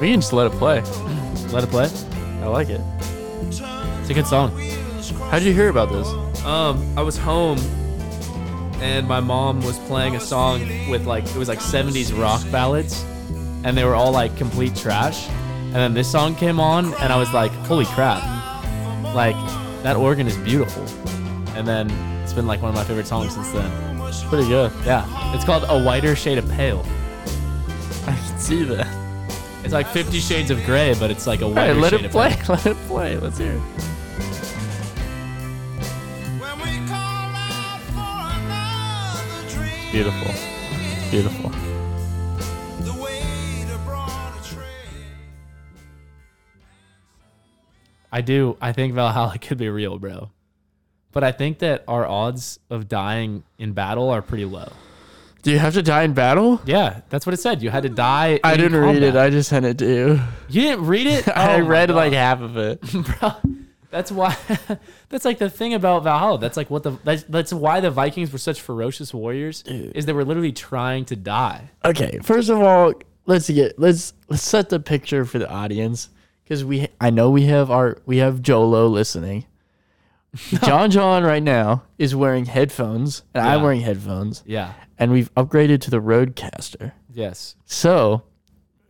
We can just let it play. Let it play. I like it. It's a good song. How did you hear about this? Um, I was home, and my mom was playing a song with like it was like '70s rock ballads, and they were all like complete trash. And then this song came on, and I was like, "Holy crap! Like that organ is beautiful." And then it's been like one of my favorite songs since then. It's pretty good. Yeah, it's called "A Whiter Shade of Pale." I can see that. It's like Fifty Shades of Grey, but it's like a All right, whiter let shade it of play. pale. Let it play. Let's hear it. When we call out for another dream, Beautiful. Beautiful. the waiter brought a tray. I do. I think Valhalla could be real, bro. But I think that our odds of dying in battle are pretty low. Do you have to die in battle? Yeah, that's what it said. You had to die. I in didn't read it. combat. I just sent it to you. you didn't read it. I Oh my read God. like half of it. bro. That's why. that's like the thing about Valhalla. That's like what the. That's, that's why the Vikings were such ferocious warriors. Is they were literally trying to die. Okay, first of all, let's get let's let's set the picture for the audience because we I know we have our we have Jolo listening. John John right now is wearing headphones and I'm Yeah. wearing headphones Yeah. and we've upgraded to the Roadcaster, Yes. so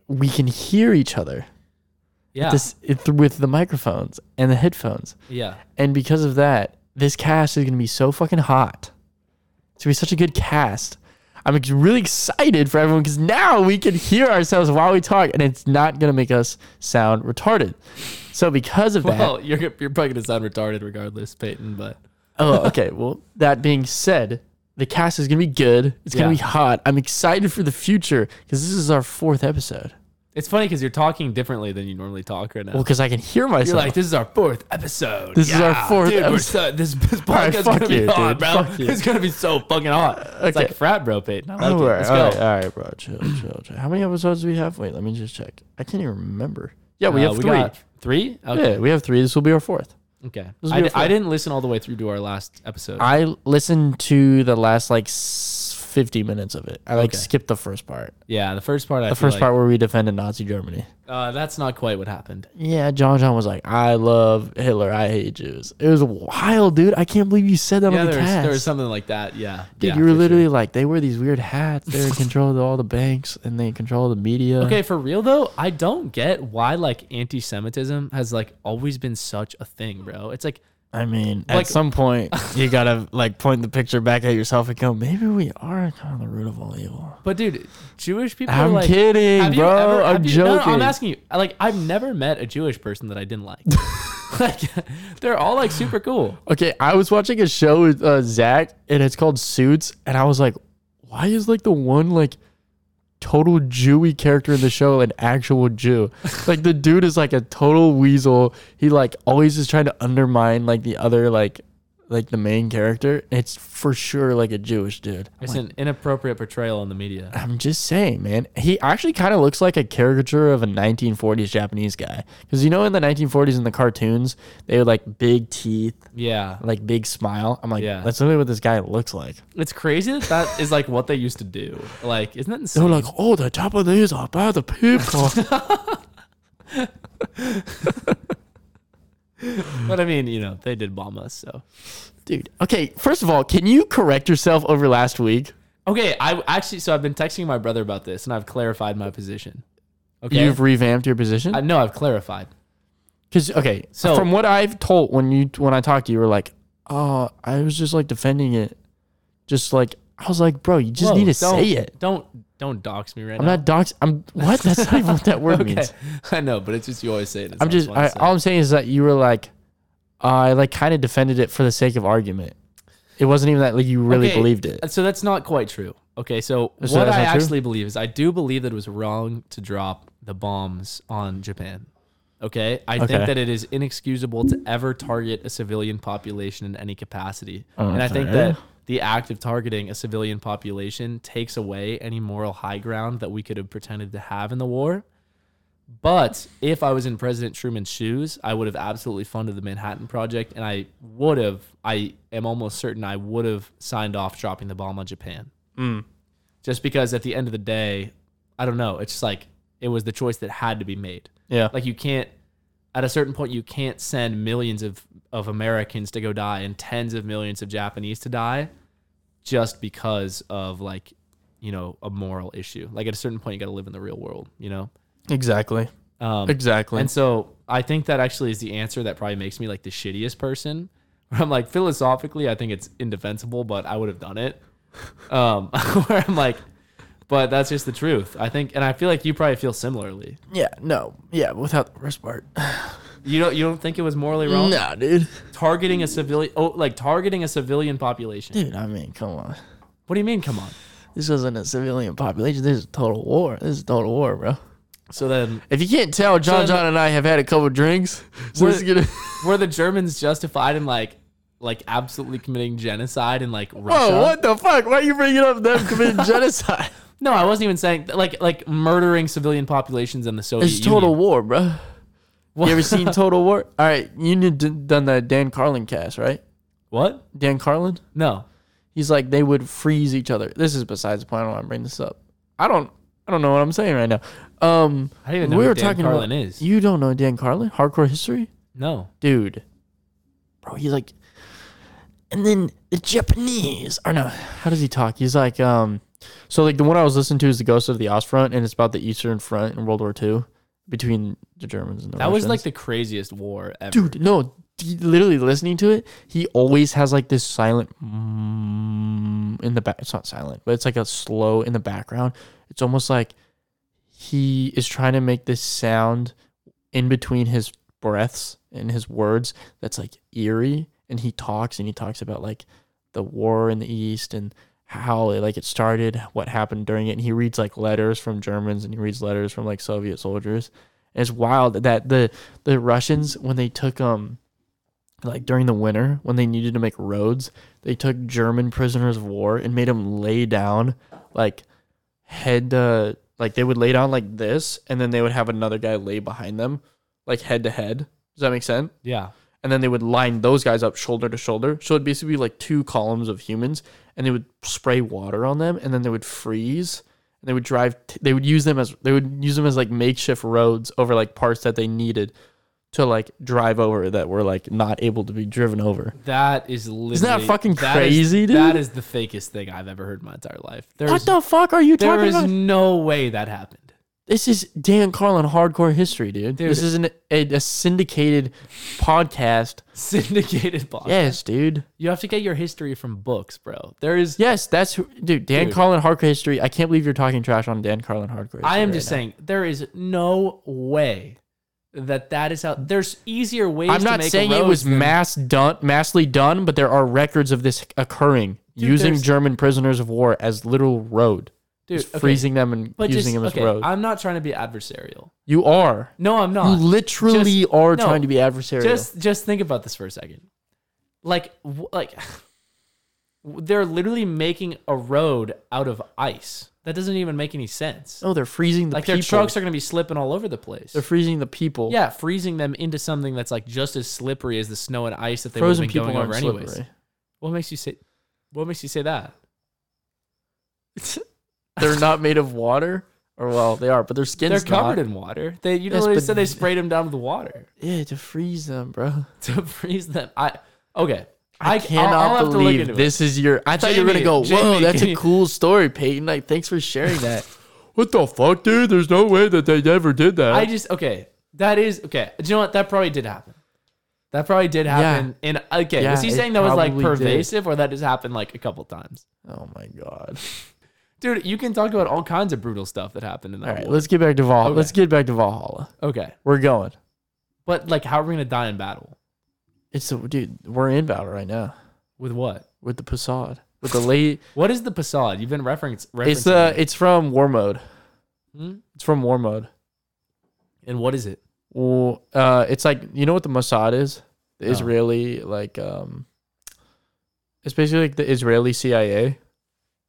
we can hear each other Yeah. this it, with the microphones and the headphones. yeah. And because of that, this cast is going to be so fucking hot. It's going to be such a good cast. I'm ex- really excited for everyone because now we can hear ourselves while we talk and it's not going to make us sound retarded. So, because of that, Well, you're you're probably gonna sound retarded regardless, Peyton. But oh, okay. Well, that being said, the cast is going to be good. It's going Yeah. to be hot. I'm excited for the future because this is our fourth episode. it's funny because you're talking differently than you normally talk right now. Well, because I can hear You're myself. like, this is our fourth episode. This is our fourth dude, We're episode. so, this, this right, podcast is fuck gonna be you, hot, dude. bro. Fuck you. It's gonna be so fucking hot. It's Okay. like frat bro, Peyton. I like all it. right, Let's all go. right, all right, bro. Chill, chill, chill. How many episodes do we have? Wait, let me just check. I can't even remember. Yeah, we Uh, have three. got three. Okay. Yeah, we have three. This will be our fourth. Okay. This will I, be d- our I fourth. didn't listen all the way through to our last episode. I listened to the last like s- 50 minutes of it. I like Okay. skipped the first part. yeah, the first part. I The first part where we defended Nazi Germany. Uh, that's not quite what happened. Yeah, John John was like, I love Hitler. I hate Jews. It was wild, dude. I can't believe you said that Yeah, on the there was, cast. there was something like that. Yeah. Dude, yeah, you were for sure. literally like, they wear these weird hats. They're in control of all the banks and they control the media. Okay, for real though, I don't get why like anti-Semitism has like always been such a thing, bro. It's like I mean, Like- at some point, you gotta like point the picture back at yourself and go, maybe we are kind of the root of all evil. But dude, Jewish people. I'm are like, kidding, have you bro. ever- have I'm you- no, no, I'm joking. asking you. I, Like, I've never met a Jewish person that I didn't like. like, they're all like super cool. Okay, I was watching a show with uh, Zach, and it's called Suits, and I was like, why is like the one like total Jewy character in the show an actual Jew? like the dude is like a total weasel. He like always is trying to undermine like the other like like the main character. It's for sure like a Jewish dude. I'm It's like, an inappropriate portrayal in the media. I'm just saying, man. He actually kind of looks like a caricature of a 1940s Japanese guy. Because you know, in the 1940s, in the cartoons, they had like big teeth, Yeah, like big smile. I'm like, Yeah. that's literally what this guy looks like. it's crazy that that is like what they used to do. Like, isn't that They're insane? like, oh, the Japanese are bad people. But I mean, you know, they did bomb us. So Dude, okay. First of all, can you correct yourself over last week? okay, I actually so I've been texting my brother about this, and I've clarified my position. Okay, You've revamped your position. I know I've clarified. Because okay, So- so from what I've told when you when I talked to you, you were like, oh, I was just like defending it, just like I was like, bro, you just Whoa, need to don't- say it. Don't don't dox me right I'm now. not dox. I'm what? That's not even what that word okay, means. I know, but it's just you always say it. It's I'm not just. what I I, say. all I'm saying is that you were like, I like kind of defended it for the sake of argument. It wasn't even that like you really Okay, believed it. So that's not quite true. Okay, so So what that's I not true? actually believe is I do believe that it was wrong to drop the bombs on Japan. Okay, I think Okay. that it is inexcusable to ever target a civilian population in any capacity, and I think Okay. that the act of targeting a civilian population takes away any moral high ground that we could have pretended to have in the war. But if I was in President Truman's shoes, I would have absolutely funded the Manhattan Project, and I would have. I am almost certain I would have signed off dropping the bomb on Japan. Just because at the end of the day, I don't know. It's just like It was the choice that had to be made. Yeah. Like you can't at a certain point you can't send millions of, of Americans to go die and tens of millions of Japanese to die just because of like, you know, a moral issue. Like at a certain point you gotta live in the real world, you know? exactly. Um Exactly. and so I think that actually is the answer that probably makes me like the shittiest person. Where I'm like philosophically, I think it's indefensible, but I would have done it. Um, where I'm like, but that's just the truth. I think, and I feel like you probably feel similarly. yeah, no. Yeah, without the first part. You don't you don't think it was morally wrong nah, dude. targeting a civilian? Oh, like targeting a civilian population. Dude, I mean, come on. What do you mean? Come on. This wasn't a civilian population. This is a total war. This is a total war, bro. So then, If you can't tell, John then- John and I have had a couple drinks. So this is We're- gonna were the Germans justified in like like absolutely committing genocide in like Russia? Whoa, what the fuck? Why are you bringing up them committing genocide? No, I wasn't even saying like like murdering civilian populations in the Soviet It's total Union. war, bro. You ever seen Total War? All right, you need to done that Dan Carlin cast, right? What? Dan Carlin? No. He's like they would freeze each other. This is besides the point. I don't want to bring this up. I don't. I don't know what I'm saying right now. Um, I don't even know we who were Dan talking Carlin about, is. You don't know Dan Carlin? Hardcore history, No. dude. Bro, he's like. And then the Japanese or no? How does he talk? He's like um. So like the one I was listening to is the Ghost of the Ostfront, and it's about the Eastern Front in World War II between the Germans and the That was like Russians the craziest war ever. dude no d- literally listening to it he always has like this silent mm in the back it's not silent but it's like a slow in the background it's almost like he is trying to make this sound in between his breaths and his words that's like eerie and he talks and he talks about like the war in the east and how like it started what happened during it and he reads like letters from germans and he reads letters from like soviet soldiers and it's wild that the the russians when they took um like during the winter when they needed to make roads they took german prisoners of war and made them lay down like head to like they would lay down like this and then they would have another guy lay behind them like head to head does that make sense Yeah. and then they would line those guys up shoulder to shoulder. So it'd basically be like two columns of humans, and they would spray water on them, and then they would freeze, and they would drive. T- they would use them as they would use them as like makeshift roads over like parts that they needed to like drive over that were like not able to be driven over. That is literally that fucking that is- crazy, dude? That is the fakest thing I've ever heard in my entire life. There's What the fuck are you there talking is about? no way that happened. This is Dan Carlin hardcore history, dude. This Dude. is an, a, a syndicated podcast. Syndicated bomb. Yes, dude. You have to get your history from books, bro. There is Yes, that's who, dude. Dan Dude. Carlin hardcore history. I can't believe you're talking trash on Dan Carlin hardcore. I am history just right now. saying there is no way that that is how there's easier ways I'm to not make saying it roads was than- mass done, massly done, but there are records of this occurring Dude, using there's- German prisoners of war as literal road, Dude, Just okay. freezing them and but using just, them as okay, road. I'm not trying to be adversarial. you are, No, I'm you not. literally Just- are no, trying to be adversarial. just just think about this for a second like w- like they're literally making a road out of ice that doesn't even make any sense oh, they're freezing the like people. their trucks are going to be slipping all over the place they're freezing the people. yeah freezing them into something that's like just as slippery as the snow and ice that they would have frozen been people going aren't over anyways slippery. what makes you say what makes you say that they're not made of water, or well, they are, but their skin's they're covered not. in water they you know Yes, they but- said they sprayed them down with water yeah, to freeze them, bro. to freeze them i okay I I'll- cannot I'll have to look believe into it. this is your. I thought you were gonna Jamie, go. Whoa, Jamie, that's can a you- cool story, Peyton. Like, thanks for sharing that. what the fuck, dude? There's no way that they ever did that. I just okay. That is okay. Do you know what? That probably did happen. That probably did happen. And okay, was Yeah, he it saying that was like probably did. pervasive, or that just happened like a couple times? oh my god. Dude, you can talk about all kinds of brutal stuff that happened in that All right, war. let's get back to Valhalla. Okay. Let's get back to Valhalla. Okay, We're going. but like, how are we gonna die in battle? It's a, dude. We're in battle right now With what? with the Passad. With the late. What is the Passad? You've been reference referencing. it's uh. it. It's from War Mode. Hmm? It's from War Mode. and what is it? Well, uh, it's like you know what the Mossad is? The No. Israeli like um. It's basically like the Israeli CIA.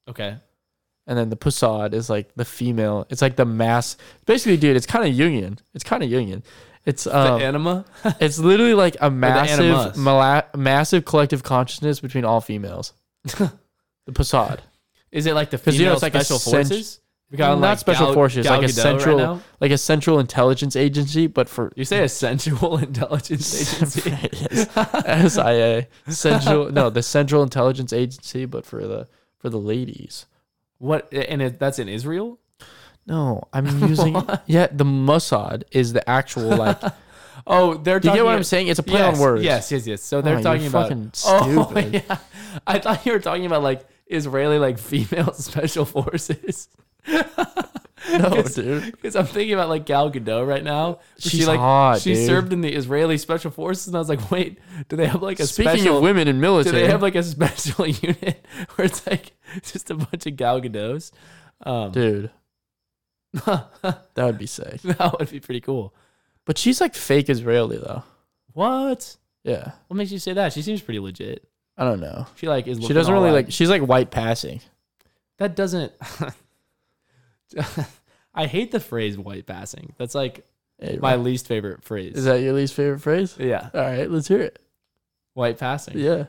Okay, and then the Passad is like the female. It's like the mass. Basically, dude, it's kind of Jungian. It's kind of Jungian. It's um, the anima. it's literally like a massive, animus. mala- massive collective consciousness between all females. the Passad. is it like the 'Cause, you female know, it's like a special cent- forces? We got not like special Gal- forces, Gal like a Gadot right central, now. like a central intelligence agency, but for You say a sensual intelligence agency. Yes. SIA, central. No, the Central Intelligence Agency, but for the for the ladies. What? And it, that's in Israel. No, I'm using. yeah, the Mossad is they're actual like. Oh, they're. Do you talking get what I'm saying? It's a play yes, on words. Yes, yes, yes. So they're you're talking about. fucking Oh, stupid. yeah. I thought you were talking about like Israeli like female special forces. No, It's- dude. Because I'm thinking about like Gal Gadot right now. She's like hot, she dude. served in the Israeli special forces, and I was like, wait, do they have like a Speaking special? of women in do military, they have like a special unit where it's like just a bunch of Gal Gadots? Um, dude, that would be sick. that would be pretty cool. But she's like fake Israeli though. What? Yeah, What makes you say that? She seems pretty legit. I don't know. She like is. She looking doesn't all really out. like. She's like white passing. That doesn't. I hate the phrase white passing. That's like Hey, my least favorite phrase. is that your least favorite phrase? yeah, All right, let's hear it. white passing. Yeah.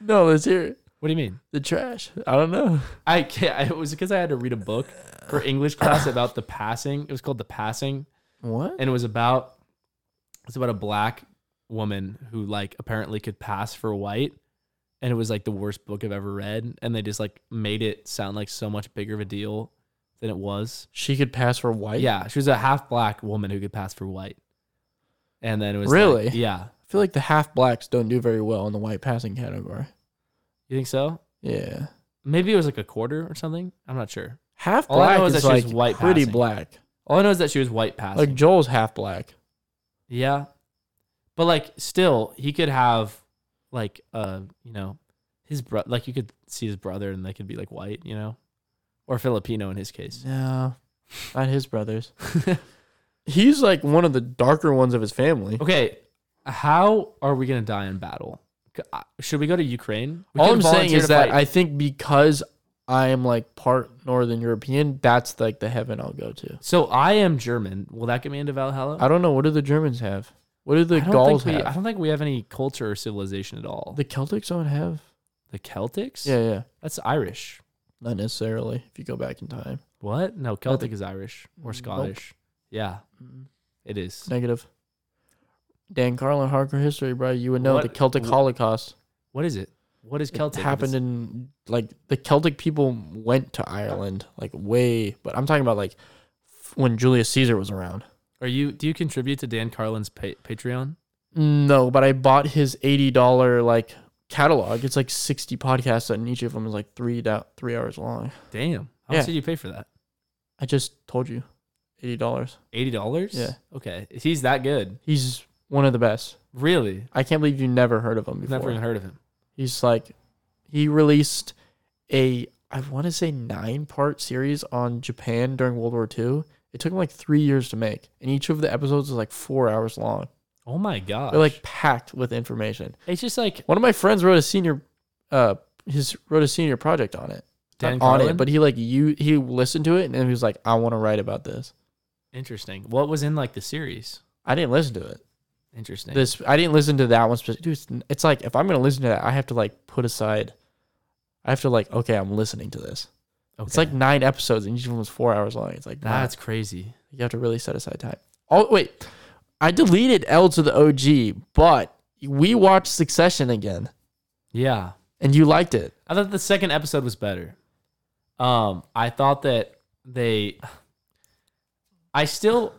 no, let's hear it. What do you mean? The trash. I don't know. I can't. I, it was because I had to read a book for English class about the passing. It was called The Passing, What? and it was about it's about a black woman who like apparently could pass for white, and it was like the worst book I've ever read. And they just like made it sound like so much bigger of a deal than it was. She could pass for white. Yeah, she was a half black woman who could pass for white. And then it was like- Really? yeah. I feel like the half blacks don't do very well in the white passing category. You think so? Yeah. Maybe it was like a quarter or something. I'm not sure. Half All I black know is is, that like she's white pretty passing. black. All I know is that she was white passing. Like Joel's half black. yeah, but like still, he could have like uh you know his bro like you could see his brother and they could be like white you know or Filipino in his case. No. Not his brothers. He's like one of the darker ones of his family. Okay, how are we gonna die in battle? C- uh, Should we go to Ukraine? We All could I'm saying volunteer is to that fight. I think because I am like part Northern European, that's like the heaven I'll go to. so I am German. Will that get me into Valhalla? I don't know. What do the Germans have? What do the I don't Gauls think we, I have? don't think we have any culture or civilization at all. The, The Celtics don't have. Celtics? Yeah, yeah. That's Irish. Not necessarily. If you go back in time, What? No, Celtic is Irish Mm, or Scottish. Yeah, it is. negative. Dan Carlin, hardcore history, bro. You would know the What- Celtic wh- Holocaust What is it? What is Celtic? happened It's- in like the Celtic people went to Ireland like way, but I'm talking about like f- when Julius Caesar was around. Are you? Do you contribute to Dan Carlin's pa- Patreon? No, but I bought his eighty dollar like catalog. It's like sixty podcasts, and each of them is like three dou- three hours long. Damn. How Yeah. much did you pay for that? I just told you, eighty dollars. Eighty dollars. Yeah. Okay. He's that good. He's one of the best. Really? I can't believe you never heard of him before. Never even heard of him. He's like, he released a, I want to say nine part series on Japan during World War II. It took him like three years to make, and each of the episodes is like four hours long. Oh my god. They're like packed with information. it's just like One of my friends wrote a senior, uh, his wrote a senior project on it. Not Dan on Carlin. it, but he like you he listened to it and he was like, I want to write about this. interesting. What was in like the series? I didn't listen to it. Interesting. This I didn't listen to that one specific. Dude, it's, it's like if I'm gonna listen to that, I have to like put aside. I have to like okay, I'm listening to this. okay. It's like nine episodes, and each one was four hours long. It's like that's that's crazy. you have to really set aside time. Oh wait, I deleted L to the OG, but we watched Succession again, Yeah. and you liked it. I thought the second episode was better. Um, I thought that they, I still,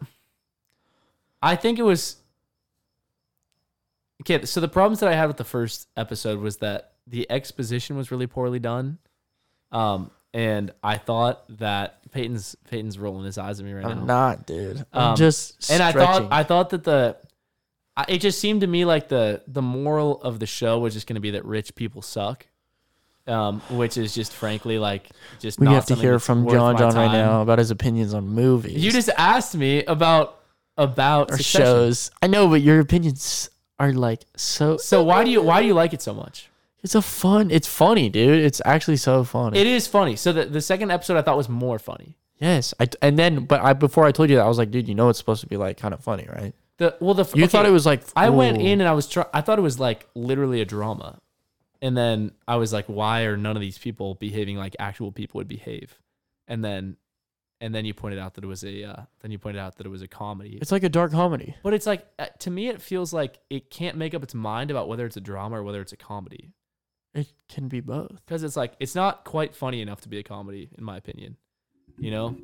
I think it was. Okay, so the problems that I had with the first episode was that the exposition was really poorly done, um, and I thought that Peyton's Peyton's rolling his eyes at me right now I'm not, dude. I'm Um, just and I thought stretching. I thought that the I, it just seemed to me like the the moral of the show was just going to be that rich people suck, um, which is just frankly like just we not have to something hear that's from worth John my John right time. now about his opinions on movies. You just asked me about about or Succession. shows. I know, but your opinions are like so. So why do you why do you like it so much? It's a fun. It's funny, dude. It's actually so funny. It is funny. So the, the second episode I thought was more funny. yes, I and then but I before I told you that I was like, dude, you know it's supposed to be like kind of funny, right? The well the You thought okay. it was like I went ooh. in and I was trying. I thought it was like literally a drama, and then I was like, "Why are none of these people behaving like actual people would behave?" And then and then you pointed out that it was a uh, then you pointed out that it was a comedy. It's like a dark comedy. But it's like uh, to me, it feels like it can't make up its mind about whether it's a drama or whether it's a comedy It can be both. because it's like it's not quite funny enough to be a comedy, in my opinion. You know,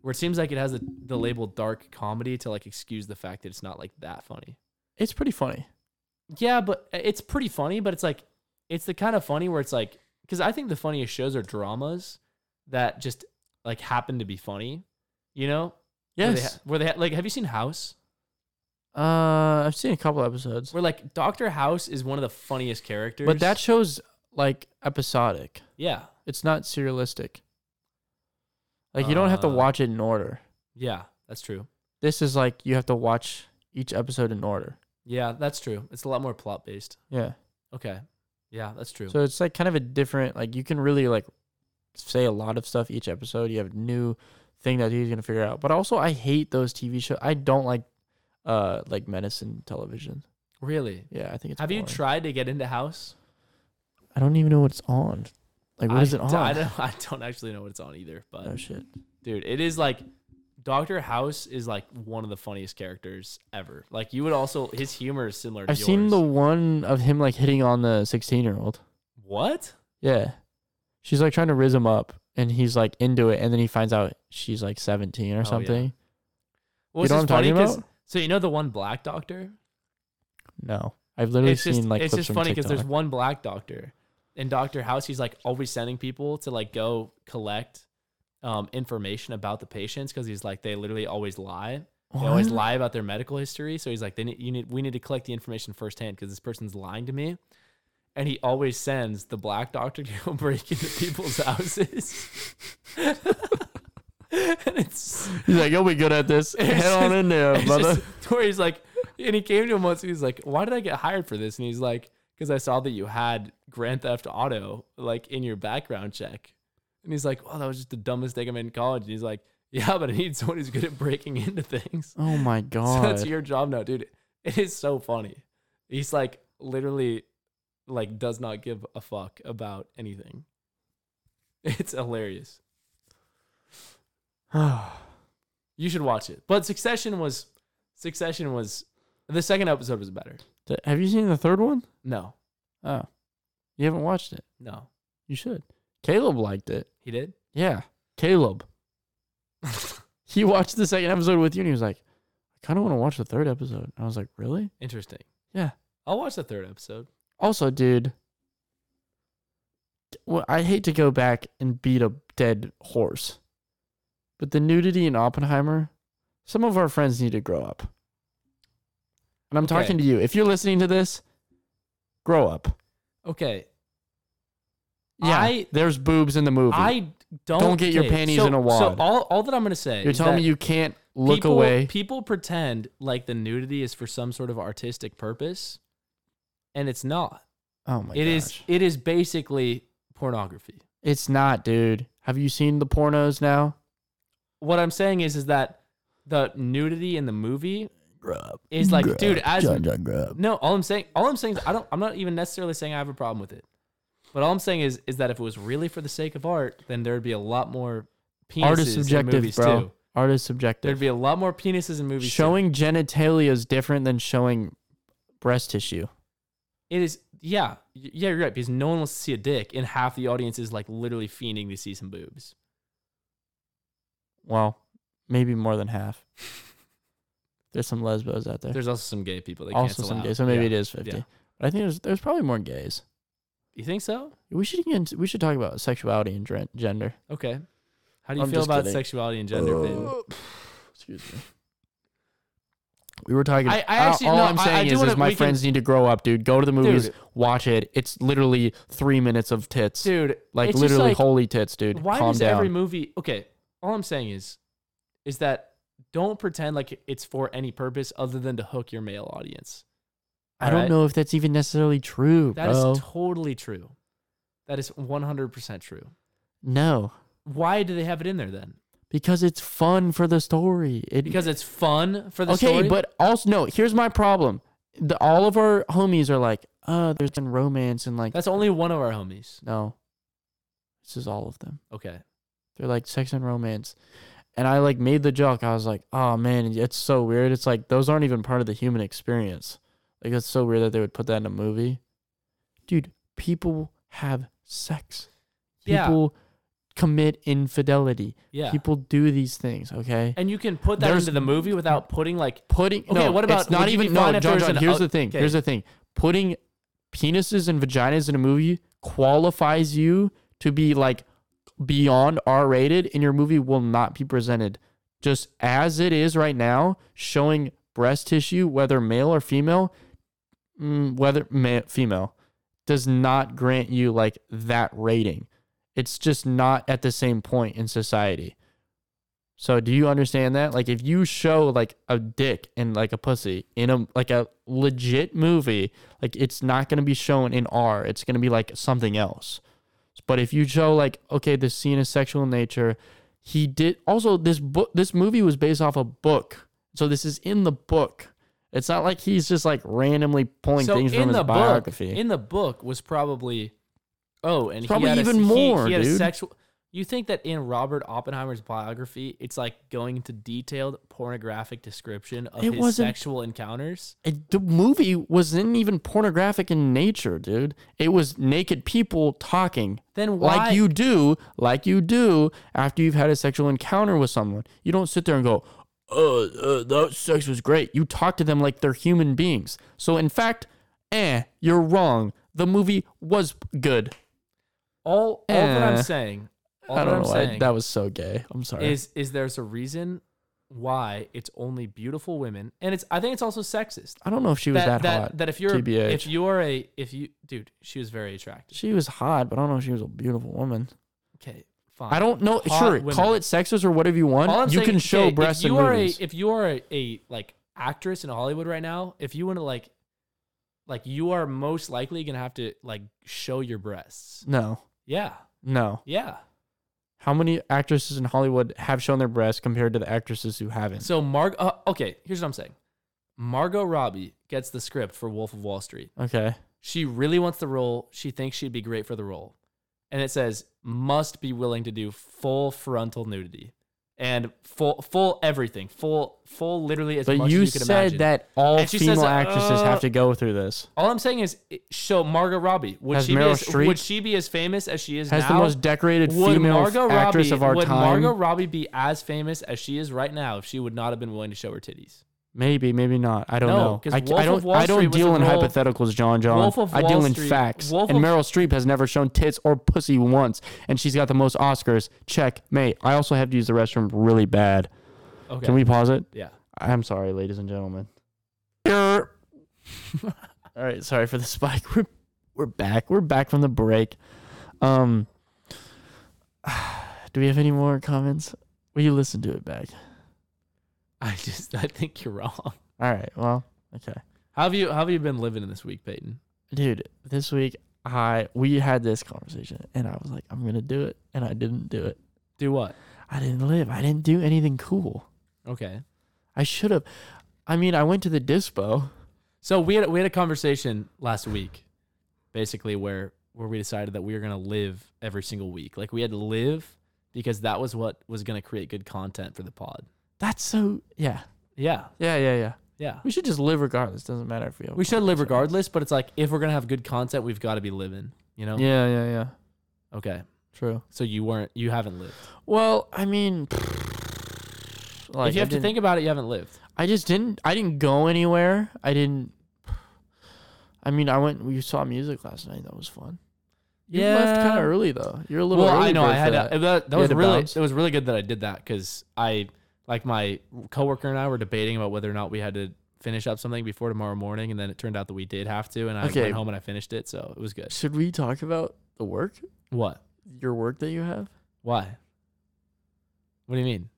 where it seems like it has the, the label dark comedy to like excuse the fact that it's not like that funny. It's pretty funny. Yeah, but uh, it's pretty funny. But it's like it's the kind of funny where it's like because I think the funniest shows are dramas that just like happen to be funny. You know, Where they Yes. ha- where they, ha- like have you seen House? Uh, I've seen a couple episodes, Where like Doctor House is one of the funniest characters. but that show's like episodic. yeah, It's not serialistic. Like you don't have to Uh, watch it in order. yeah, that's true. This is like you have to watch each episode in order. Yeah, that's true. It's a lot more plot based. Yeah. Okay, yeah, that's true. So it's like kind of a different like you can really like say a lot of stuff each episode. You have a new thing that he's gonna figure out. But also I hate those TV shows. I don't like uh like medicine television. really, Yeah, I think it's have you boring. tried to get into House? I don't even know what it's on. Like what is I, it on? I don't, I don't actually know what it's on either. But oh shit. dude, it is like Doctor House is like one of the funniest characters ever. Like you would also his humor is similar. to I've seen the yours. one of him like hitting on the sixteen year old. what? Yeah. She's like trying to riz him up and he's like into it and then he finds out she's like 17 or Oh, yeah. something. Well, it's You know just what I'm talking funny 'cause- about? So you know the one black doctor No. I've literally it's seen just like it's clips just from funny because TikTok. there's one black doctor and Doctor House. He's like always sending people to like go collect um, information about the patients because he's like they literally always lie. They always What? lie about their medical history. So he's like, they need, you need we need to collect the information firsthand because this person's lying to me. And he always sends the black doctor to go break into people's houses. and it's He's like, you'll be good at this. Head on in there, it's brother. just where he's like, and he came to him once. He's like, "Why did I get hired for this?" And he's like, "Because I saw that you had Grand Theft Auto like in your background check." And he's like, "Well, that was just the dumbest thing I made in college." And he's like, "Yeah, but I need someone who's good at breaking into things." oh my So god. that's your job now, dude. It is so funny. He's like literally like does not give a fuck about anything. It's hilarious. you should watch it. But Succession was Succession was the second episode was better. Th- Have you seen the third one? No. Oh. You haven't watched it. No. You should. Caleb liked it. He did? Yeah. Caleb. he watched the second episode with you and he was like, I kind of want to watch the third episode. And I was like, really? Interesting. Yeah. I'll watch the third episode. Also, dude, well, I hate to go back and beat a dead horse, but the nudity in Oppenheimer, some of our friends need to grow up. And I'm Okay. talking to you. If you're listening to this, grow up. Okay. Yeah, I- there's boobs in the movie. I don't Don't get your okay, panties so- in a wad. So all, all that I'm gonna say you're is telling that me you can't look people, away. People pretend like the nudity is for some sort of artistic purpose, and it's not. oh my It gosh. is. It is basically pornography. It's not, dude. Have you seen the pornos now? What I'm saying is, is that the nudity in the movie Grow up. is like, dude, as John, grow up. no. All I'm saying, all I'm saying is, I don't. I'm not even necessarily saying I have a problem with it, but all I'm saying is, is that if it was really for the sake of art, then there'd be a lot more penises Art is in subjective, movies bro. too. Art is subjective. There'd be a lot more penises in movies. too. showing genitalia is different than showing breast tissue. It is, yeah, Y- yeah, you're right because no one wants to see a dick, and half the audience is like literally fiending to see some boobs. Well, maybe more than half. There's some lesbos out there. There's also some gay people. They also cancel some out. gays, so maybe Yeah. it is fifty. Yeah. But I think there's there's probably more gays. You think so? We should get into, we should talk about sexuality and gen- gender. Okay. How do you I'm feel just about kidding. sexuality and gender? babe? Excuse me. We were talking. I- I actually- all no, I'm I- I saying do is, wanna- is my we can- friends need to grow up, dude. Go to the movies, Dude. watch it. It's literally three minutes of tits, Dude, Like it's just literally, like, holy tits, dude. Why Calm does down. every movie? Okay, all I'm saying is, is that don't pretend like it's for any purpose other than to hook your male audience. I don't Alright. know if that's even necessarily true, That is bro. totally true. That is 100 percent true. no, Why do they have it in there then? because it's fun for the story. It, Because it's fun for the okay, story. but also no. Here's my problem: the, all of our homies are like, "Uh, there's been romance and like that's only one of our homies. no." This is all of them. Okay. They're like sex and romance, And I like made the joke. I was like, oh man, it's so weird. It's like those aren't even part of the human experience. Like it's so weird that they would put that in a movie. Dude, people have sex. Yeah. People commit infidelity. Yeah. People do these things, okay? and you can put that There's- into the movie without putting like putting Okay, no, what about- it's not would you even be no fine if there John, was John an- here's oh, the thing okay. here's the thing putting penises and vaginas in a movie qualifies you to be like beyond R rated and your movie will not be presented just as it is right now showing breast tissue whether male or female mm, whether ma- female does not grant you like that rating it's just not at the same point in society so do you understand that? Like if you show like a dick and like a pussy in a like a legit movie, like it's not going to be shown in R. It's going to be like something else. But if you show like okay, this scene is sexual in nature, he did also this book this movie was based off a book. So this is in the book. It's not like he's just like randomly pulling things from his biography. Book, in the book was probably oh, and probably he had a- he- even more, He, had dude. a sexual. You think that in Robert Oppenheimer's biography, it's like going into detailed pornographic description of It his wasn't- sexual encounters? It, the movie wasn't even pornographic in nature, dude. It was naked people talking. Then why- like you do, like you do after you've had a sexual encounter with someone, you don't sit there and go, "Uh, uh that sex was great." You talk to them like they're human beings. So in fact, eh, you're wrong. The movie was good. All, all that Eh. I'm saying, all I that don't I'm know why saying that was so gay. I'm sorry. is is there's a reason why it's only beautiful women, and it's I think it's also sexist. I don't know if she was That that, that, that, hot. if you're TBH. if you are a if you dude, she was very attractive. she was hot, but I don't know if she was a beautiful woman. Okay, fine. I don't know. Hot sure, women. call it sexist or whatever you want. All I'm you saying- can show okay, breasts if in you are movies. A, if you are a, a, like actress in Hollywood right now, if you want to like, like you are most likely gonna have to like show your breasts. no, Yeah, no. yeah. How many actresses in Hollywood have shown their breasts compared to the actresses who haven't? So Marg, uh, okay, here's what I'm saying. Margot Robbie gets the script for Wolf of Wall Street. okay, She really wants the role. She thinks she'd be great for the role, and it says must be willing to do full frontal nudity and full full everything, full full literally as but much you, as you can said imagine. that all And she female says, actresses have uh, to go through this. All I'm saying is, so Margot Robbie would Has she be Meryl as, Streep- would she be as famous as she is Has now? the most decorated female actress of our would time. Margot Robbie be as famous as she is right now if she would not have been willing to show her titties? maybe, maybe not. I don't No, know. 'cause I, I Wolf of don't. Wall I don't Street was deal a in role- hypotheticals, John. John. Wolf of I Wall deal in Street- facts. Wolf and of- Meryl Streep has never shown tits or pussy once, and she's got the most Oscars. Check, mate. I also have to use the restroom really bad. Okay. Can we pause it? Yeah. I'm sorry, ladies and gentlemen. All right, sorry for the spike. We're we're back. We're back from the break. Um, do we have any more comments? Will you listen to it back? I just I think you're wrong. All right. Well, okay, How have you how have you been living in this week, Peyton? dude. This week I we had this conversation, and I was like, I'm gonna do it, and I didn't do it. Do what? I didn't live. I didn't do anything cool. Okay. I should have. I mean, I went to the dispo. So we had we had a conversation last week, basically where where we decided that we were gonna live every single week. Like we had to live because that was what was gonna create good content for the pod. That's so. Yeah. Yeah. Yeah. Yeah. Yeah. Yeah. We should just live regardless. Doesn't matter if we. Have We should live regardless, but it's like if we're gonna have good content, we've got to be living. You know? Yeah, yeah, yeah. Okay. True. So you weren't, you haven't lived. Well, I mean, if like you have I to didn't- think about it, you haven't lived. I just didn't. I didn't go anywhere. I didn't. I mean, I went. We saw music last night. That was fun. You left kind of early though. You're a little. Well, early I know bird I had for that. that. That, that You was had to really, bounce? it was really good that I did that because I, like my coworker and I were debating about whether or not we had to finish up something before tomorrow morning, and then it turned out that we did have to, and I Okay. went home and I finished it, so it was good. Should we talk about the work? What? Your work that you have? Why? What do you mean?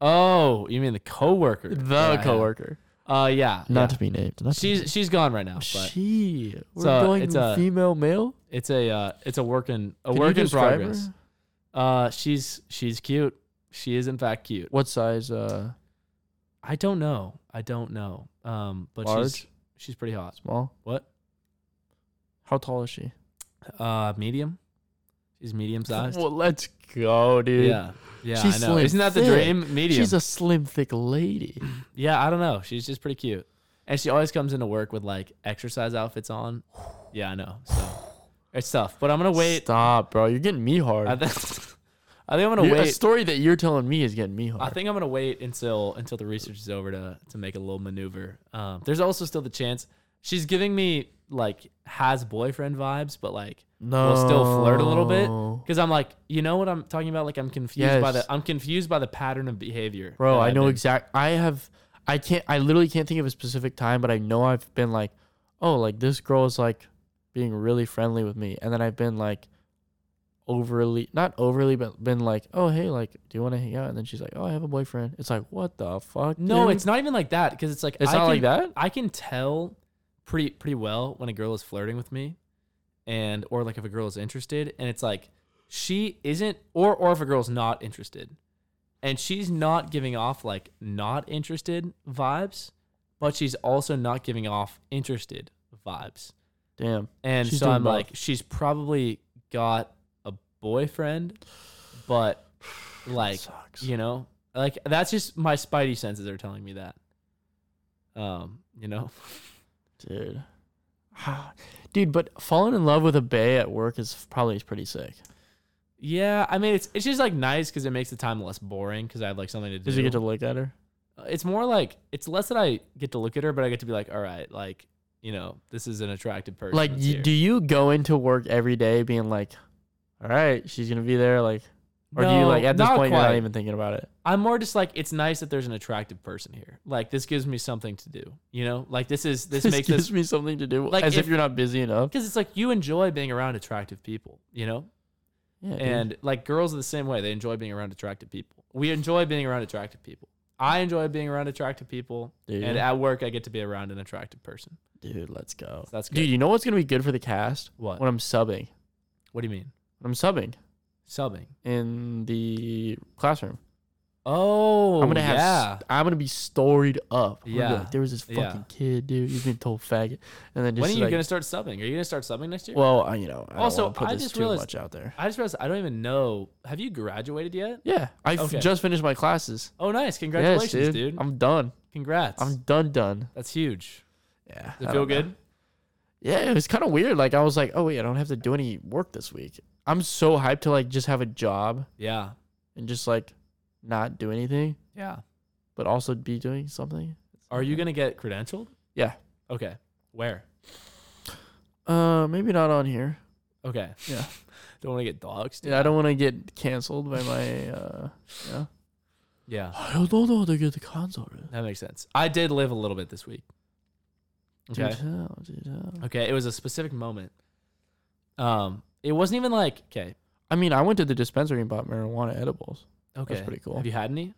Oh, you mean the coworker? Yeah, yeah. coworker, Uh, yeah. not yeah. to be named. Not to be She's she's gone right now. named. But. she. We're So, going it's a- female male. It's a uh, it's a work in a Can you work in describe progress. her? Uh, she's she's cute. She is in fact cute. What size? Uh, I don't know. I don't know. Um, but she's Large? she's pretty hot. small. What? How tall is she? Uh, medium. She's medium sized. Well, let's go, dude. Yeah. Yeah, She's I know. slim Isn't that the thick. dream? Medium. She's a slim, thick lady. yeah, I don't know. She's just pretty cute. And she always comes into work with like exercise outfits on. Yeah, I know. So it's tough. But I'm gonna wait. Stop, bro. You're getting me hard. I, th- I think I'm gonna You- a wait. story that you're telling me is getting me I hard. think I'm gonna wait until until the research is over to to make a little maneuver. Um, there's also still the chance she's giving me like has boyfriend vibes, but like No. will still flirt a little bit because I'm like, you know what I'm talking about? Like I'm confused by Yes. the I'm confused by the pattern of behavior, Bro, that I I've know been- exact. I have. I can't. I literally can't think of a specific time, but I know I've been like, oh, like this girl is like being really friendly with me, and then I've been like overly, not overly, but been like, oh, hey, like, do you want to hang out? And then she's like, oh, I have a boyfriend. It's like, what the fuck? No, dude? it's not even like that because it's like It's I not can, like that? I can tell pretty pretty well when a girl is flirting with me, and or like if a girl is interested, and it's like she isn't, or or if a girl's not interested, and she's not giving off like not interested vibes, but she's also not giving off interested vibes, Damn. and She's so doing I'm both. like she's probably got a boyfriend, but like sucks. you know like that's just my spidey senses are telling me that um you know Dude. Dude, but falling in love with a bay at work is probably pretty sick. yeah i mean it's it's just like nice because it makes the time less boring because i have like something to do Because you get to look at her. it's more like it's less that i get to look at her but i get to be like all right like you know this is an attractive person Like, that's you, here." do you go into work every day being like, all right, she's going to be there? Like, or do you, No, like, at this not point, you're not quite. even thinking about it? i'm more just like it's nice that there's an attractive person here like this gives me something to do you know like this is this, This makes gives this me something to do Like, as if, if- you're not busy enough. because it's like you enjoy being around attractive people you know Yeah, dude. And like girls are the same way. They enjoy being around attractive people. We enjoy being around attractive people. I enjoy being around attractive people. Do you? And at work, I get to be around an attractive person. dude, let's go. That's Dude, good. you know what's going to be good for the cast? What? When I'm subbing. What do you mean? When I'm subbing Subbing. in the classroom. Oh, I'm gonna have. yeah. st- I'm gonna be storied up. I'm gonna be Yeah. like, there was this fucking Yeah. kid, dude. He's been told faggot, and then just when are you like, gonna start subbing? Are you gonna start subbing next year? well, I, you know, I also Also, don't wanna put I this just too realized- much out there. I just realized I don't even know. Have you graduated yet? Yeah, I f- Okay. just finished my classes. Oh, nice. Yes, Congratulations, dude. dude. I'm done. Congrats. I'm done. Done. That's huge. Yeah. Does I it feel don't know. good? Yeah, it was kind of weird. Like I was like, oh wait, I don't have to do any work this week. I'm so hyped to like just have a job Yeah. and just like not do anything, Yeah. but also be doing something. Are you gonna get credentialed? Yeah. Okay. Where? Uh, maybe not on here. Okay. Yeah. Don't want to get dogs. Yeah, I don't want to get canceled by my. uh Yeah. Yeah. I don't know how to get the console. That makes sense. I did live a little bit this week. Okay. Okay. It was a specific moment. Um, it wasn't even like okay. I mean, I went to the dispensary and bought marijuana edibles. Okay. pretty cool. Have you had any?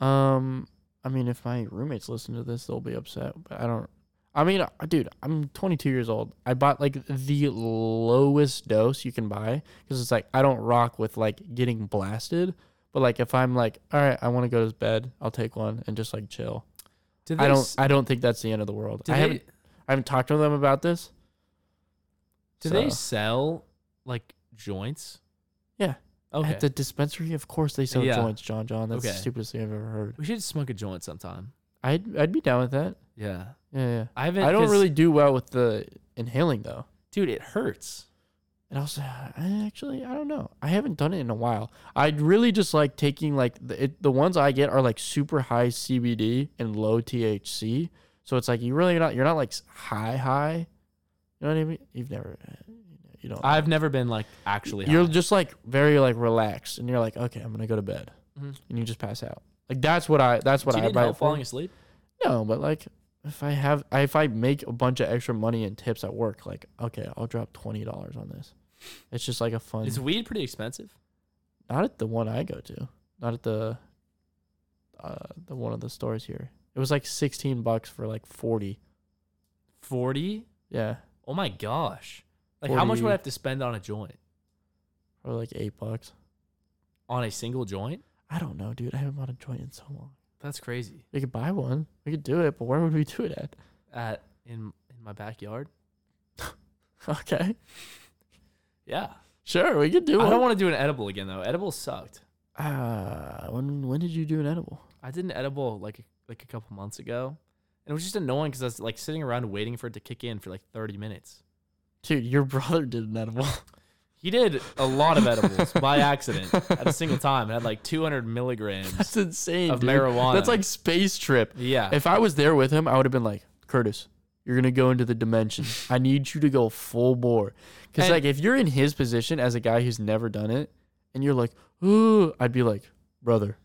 Um, I mean, if my roommates listen to this, they'll be upset. But I don't. I mean, uh, dude, I'm 22 years old. I bought like the lowest dose you can buy because it's like I don't rock with like getting blasted. But like, if I'm like, all right, I want to go to bed, I'll take one and just like chill. Did I s- don't. I don't think that's the end of the world. Did I they- haven't. I haven't talked to them about this. Do they So- sell like joints? Yeah. Okay. At the dispensary, of course they sell Yeah. joints, John John. That's the Okay. stupidest thing I've ever heard. we should smoke a joint sometime. I'd I'd be down with that. Yeah. Yeah, yeah. I haven't. I don't 'cause- really do well with the inhaling though. Dude, it hurts. And also, I actually, I don't know. I haven't done it in a while. I'd really just like taking like the it, the ones I get are like super high CBD and low THC. So it's like you really not you're not like s- high high. You know what I mean? You've never uh, you don't. I've never been like actually. you're high. just like very like relaxed, and you're like, okay, I'm gonna go to bed, Mhm. and you just pass out. Like that's what I that's what Do you I need buy help it for. falling asleep? No, but like if I have I- if I make a bunch of extra money and tips at work, like okay, I'll drop twenty dollars on this. It's just like a fun. Is weed pretty expensive? not at the one I go to. Not at the uh the one of the stores here. It was like sixteen bucks for like forty. Forty. Yeah, Oh my gosh. Like how much 40. would I have to spend on a joint? or like eight bucks. On a single joint? I don't know, dude. I haven't bought a joint in so long. That's crazy. We could buy one. We could do it, but where would we do it at? At in in my backyard. Okay. Yeah. Sure, we could do I one. don't want to do an edible again though. Edible sucked. Ah, when when did you do an edible? I did an edible like like a couple months ago, and it was just annoying because I was like sitting around waiting for it to kick in for like 30 minutes. Dude, your brother did an edible. He did a lot of edibles by accident at a single time. It had like 200 milligrams. That's insane. Of dude. marijuana. That's like space trip. Yeah. If I was there with him, I would have been like, Curtis, you're gonna go into the dimension. I need you to go full bore. Because And- like if you're in his position as a guy who's never done it, and you're like, ooh, I'd be like, brother,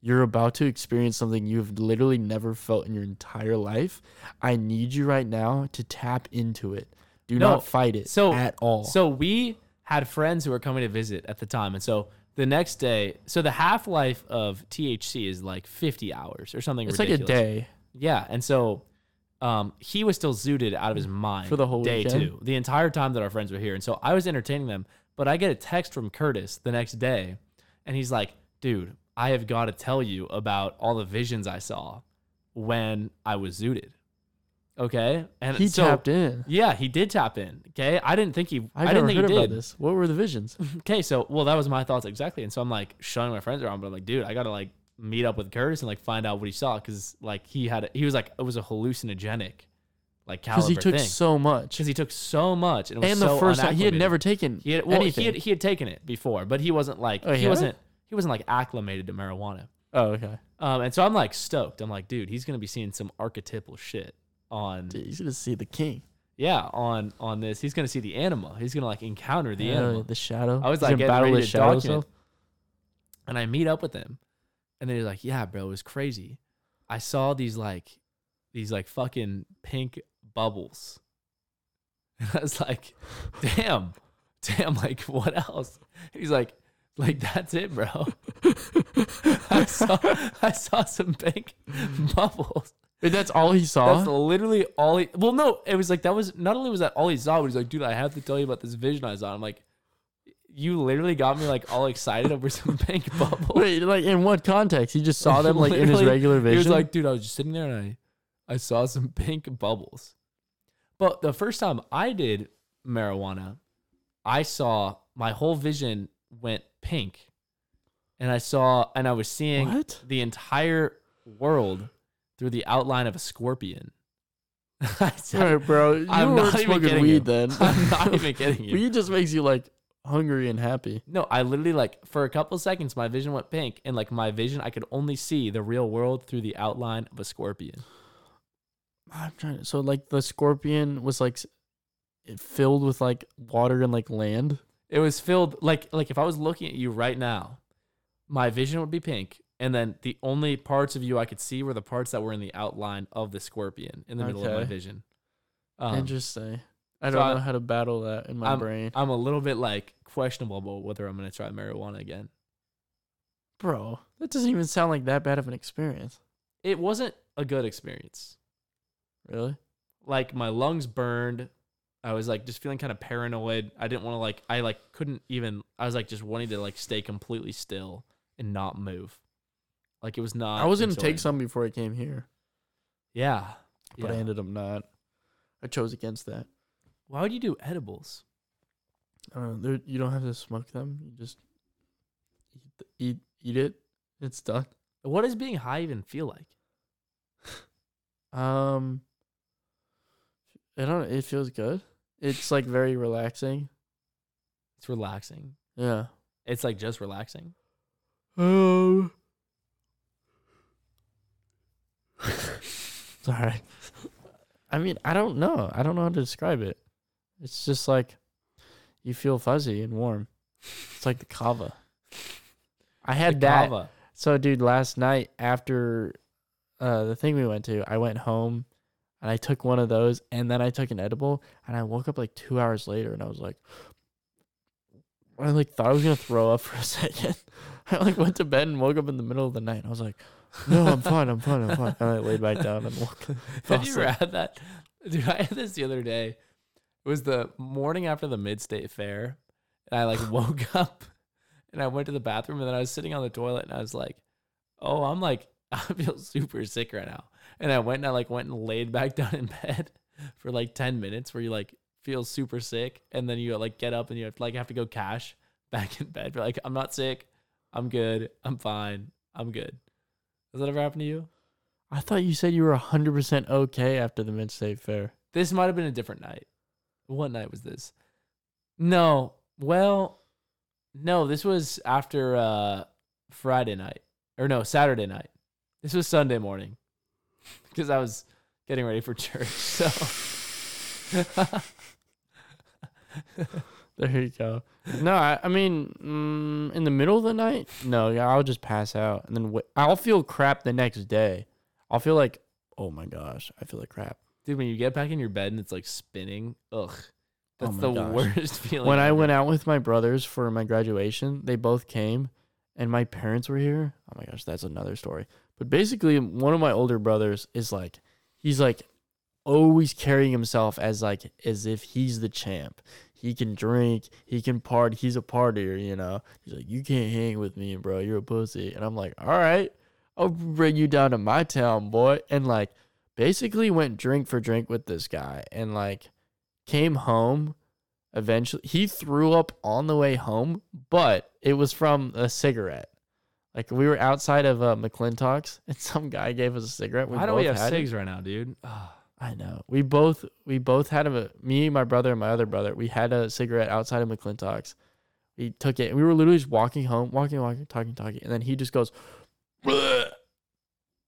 you're about to experience something you've literally never felt in your entire life. I need you right now to tap into it. Do No, not fight it so at all. So we had friends who were coming to visit at the time, and so the next day, so the half life of THC is like 50 hours or something. it's ridiculous. like a day. Yeah, and so um, he was still zooted out of his mind For the whole day weekend? two, the entire time that our friends were here, and so I was entertaining them. But I get a text from Curtis the next day, and he's like, "Dude, I have got to tell you about all the visions I saw when I was zooted." Okay, and He so, tapped in. Yeah, he did tap in. Okay, I didn't think he. I've I did not never think heard he about did. this. What were the visions? Okay, so well, that was my thoughts exactly, and so I'm like showing my friends around, but I'm like, dude, I gotta like meet up with Curtis and like find out what he saw because like he had he was like it was a hallucinogenic, like Because caliber he took thing so much. because he took so much and, it was and the so first time he had unacclimated. never taken he had well anything. he had he had taken it before, but he wasn't like Oh, he he, had it? wasn't he wasn't like acclimated to marijuana. oh, okay. Um, and so I'm like stoked. I'm like, dude, he's gonna be seeing some archetypal shit on Dude, he's gonna see the king, yeah on on this. He's gonna see the anima. He's gonna like encounter the Oh, yeah, anima. Uh, the shadow. I was He's like gonna getting battle ready his to shadow document. self. And I meet up with him, and then he's like, "Yeah, bro, it was crazy. I saw these like, these like fucking pink bubbles." And I was like, "Damn, damn, like what else?" He's like, "Like that's it, bro. I saw, I saw some pink bubbles." Wait, that's all he saw. That's literally all he. Well, no, it was like that was not only was that all he saw, but he's like, dude, I have to tell you about this vision I saw. I'm like, you literally got me like all excited over some pink bubble. Wait, like in what context? He just saw them like in his Literally, regular vision. He was like, dude, I was just sitting there and I, I saw some pink bubbles. But the first time I did marijuana, I saw my whole vision went pink, and I saw and I was seeing What? the entire world through the outline of a scorpion. I said- all right, bro, you I'm were not even smoking kidding weed you. then. I'm not even kidding you. weed just makes you like hungry and happy. No, I literally like for a couple seconds my vision went pink and like my vision I could only see the real world through the outline of a scorpion. I'm trying. To, so like the scorpion was like s- it filled with like water and like land. It was filled like like if I was looking at you right now, my vision would be pink, and then the only parts of you I could see were the parts that were in the outline of the scorpion in the middle of my Okay. vision. Um, Interesting. I so don't I- know how to battle that in my I'm, brain, I'm a little bit like questionable about whether I'm gonna try marijuana again. bro. That doesn't even sound like that bad of an experience, It wasn't a good experience. really. Like my lungs burned. I was like just feeling kind of paranoid. I didn't want to like I like couldn't even I was like just wanting to like stay completely still and not move. Like it was not I was gonna enjoying. take some before I came here, Yeah. but I Yeah. ended up not. I chose against that. Why would you do edibles? I don't know. There, you don't have to smoke them. You just eat, the, eat eat it. It's done. What does being high even feel like? Um, I don't. It feels good. It's like very relaxing. It's relaxing. Yeah. It's like just relaxing. Um. Sorry. I mean, I don't know. I don't know how to describe it. It's just like you feel fuzzy and warm. It's like the kava. I had that. Kava. So, dude, last night after uh, the thing we went to, I went home and I took one of those, and then I took an edible, and I woke up like two hours later, and I was like, I like thought I was gonna throw up for a second. I like went to bed and woke up in the middle of the night. I was like, No, I'm fine, I'm fine, I'm fine. And I laid back down and woke. fell Have you asleep. ever had that? Dude, I had this the other day. It was the morning after the mid state fair. And I like woke up and I went to the bathroom and then I was sitting on the toilet and I was like, oh, I'm like, I feel super sick right now. And I went and I like went and laid back down in bed for like 10 minutes where you like feels super sick, and then you like get up and you have, like have to go cash back in bed. But like, I'm not sick. I'm good. I'm fine. I'm good. Has that ever happened to you? I thought you said you were 100% okay after the Mid State Fair. This might have been a different night. What night was this? No. Well, no, this was after uh Friday night. Or no, Saturday night. This was Sunday morning. Because I was getting ready for church. So There you go. No, I, I mean, mm, in the middle of the night, no, yeah, I'll just pass out and then wait. I'll feel crap the next day. I'll feel like, oh my gosh, I feel like crap. dude, when you get back in your bed and it's like spinning, ugh. Oh That's my the gosh. worst feeling. when I ever. went out with my brothers for my graduation, they both came and my parents were here. Oh my gosh, that's another story. But basically, one of my older brothers is like, he's like always carrying himself as like as if he's the champ. He can drink, he can party, he's a partier, you know. He's like, You can't hang with me, bro, you're a pussy. And I'm like, All right, I'll bring you down to my town, boy. And like basically went drink for drink with this guy and like came home eventually he threw up on the way home, but it was from a cigarette. Like we were outside of uh, McClintock's, and some guy gave us a cigarette. Why don't we both have had it. cigs right now, dude? Ugh. I know. We both we both had a me, my brother, and my other brother. We had a cigarette outside of McClintock's. We took it. and We were literally just walking home, walking, walking, talking, talking, and then he just goes, "Bleh."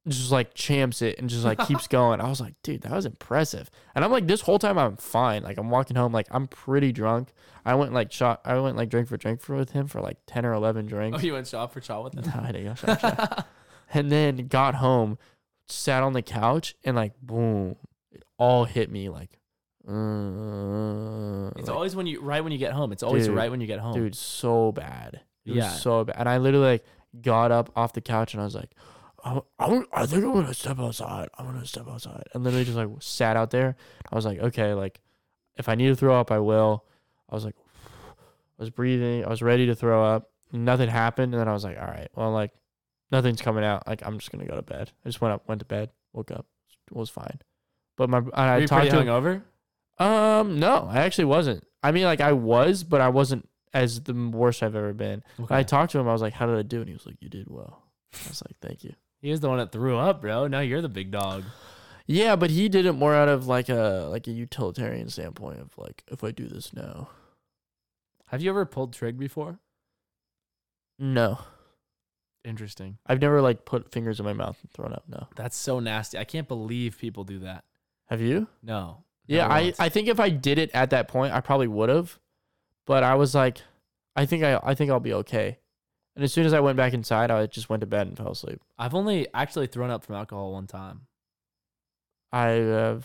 just like champs it and just like keeps going. I was like, dude, that was impressive. And I'm like, this whole time I'm fine. Like I'm walking home, like I'm pretty drunk. I went like shot. I went like drink for drink for with him for like ten or eleven drinks. Oh, you went shot for shot with them? No, I didn't go shot for shot. and then got home, sat on the couch, and like boom, it all hit me like. uh, It's like, always when you right when you get home. It's always Dude, right when you get home. dude so bad. It was Yeah. so bad. And I literally like got up off the couch and I was like, I, I, I think I'm gonna step outside. I'm gonna step outside. And literally just like sat out there. I was like, okay, like if I need to throw up, I will. I was like, I was breathing. I was ready to throw up. Nothing happened. And then I was like, all right, well, like nothing's coming out. Like I'm just gonna go to bed. I just went up, went to bed, woke up, was fine. But my I Were you talked pretty to hungover? um, no, I actually wasn't. I mean, like I was, but I wasn't as the worst I've ever been. When I talked to him. I was like, "How did I do?" And he was like, "You did well." I was like, "Thank you." He was the one that threw up, bro. Now you're the big dog. Yeah, but he did it more out of like a like a utilitarian standpoint of like, if I do this now, Have you ever pulled trig before? no, Interesting. I've never like put fingers in my mouth and thrown up. No, That's so nasty. I can't believe people do that. have you? No. Yeah, Never I once. I think if I did it at that point, I probably would have, but I was like, I think I I think I'll be okay. And as soon as I went back inside, I just went to bed and fell asleep. I've only actually thrown up from alcohol one time. I have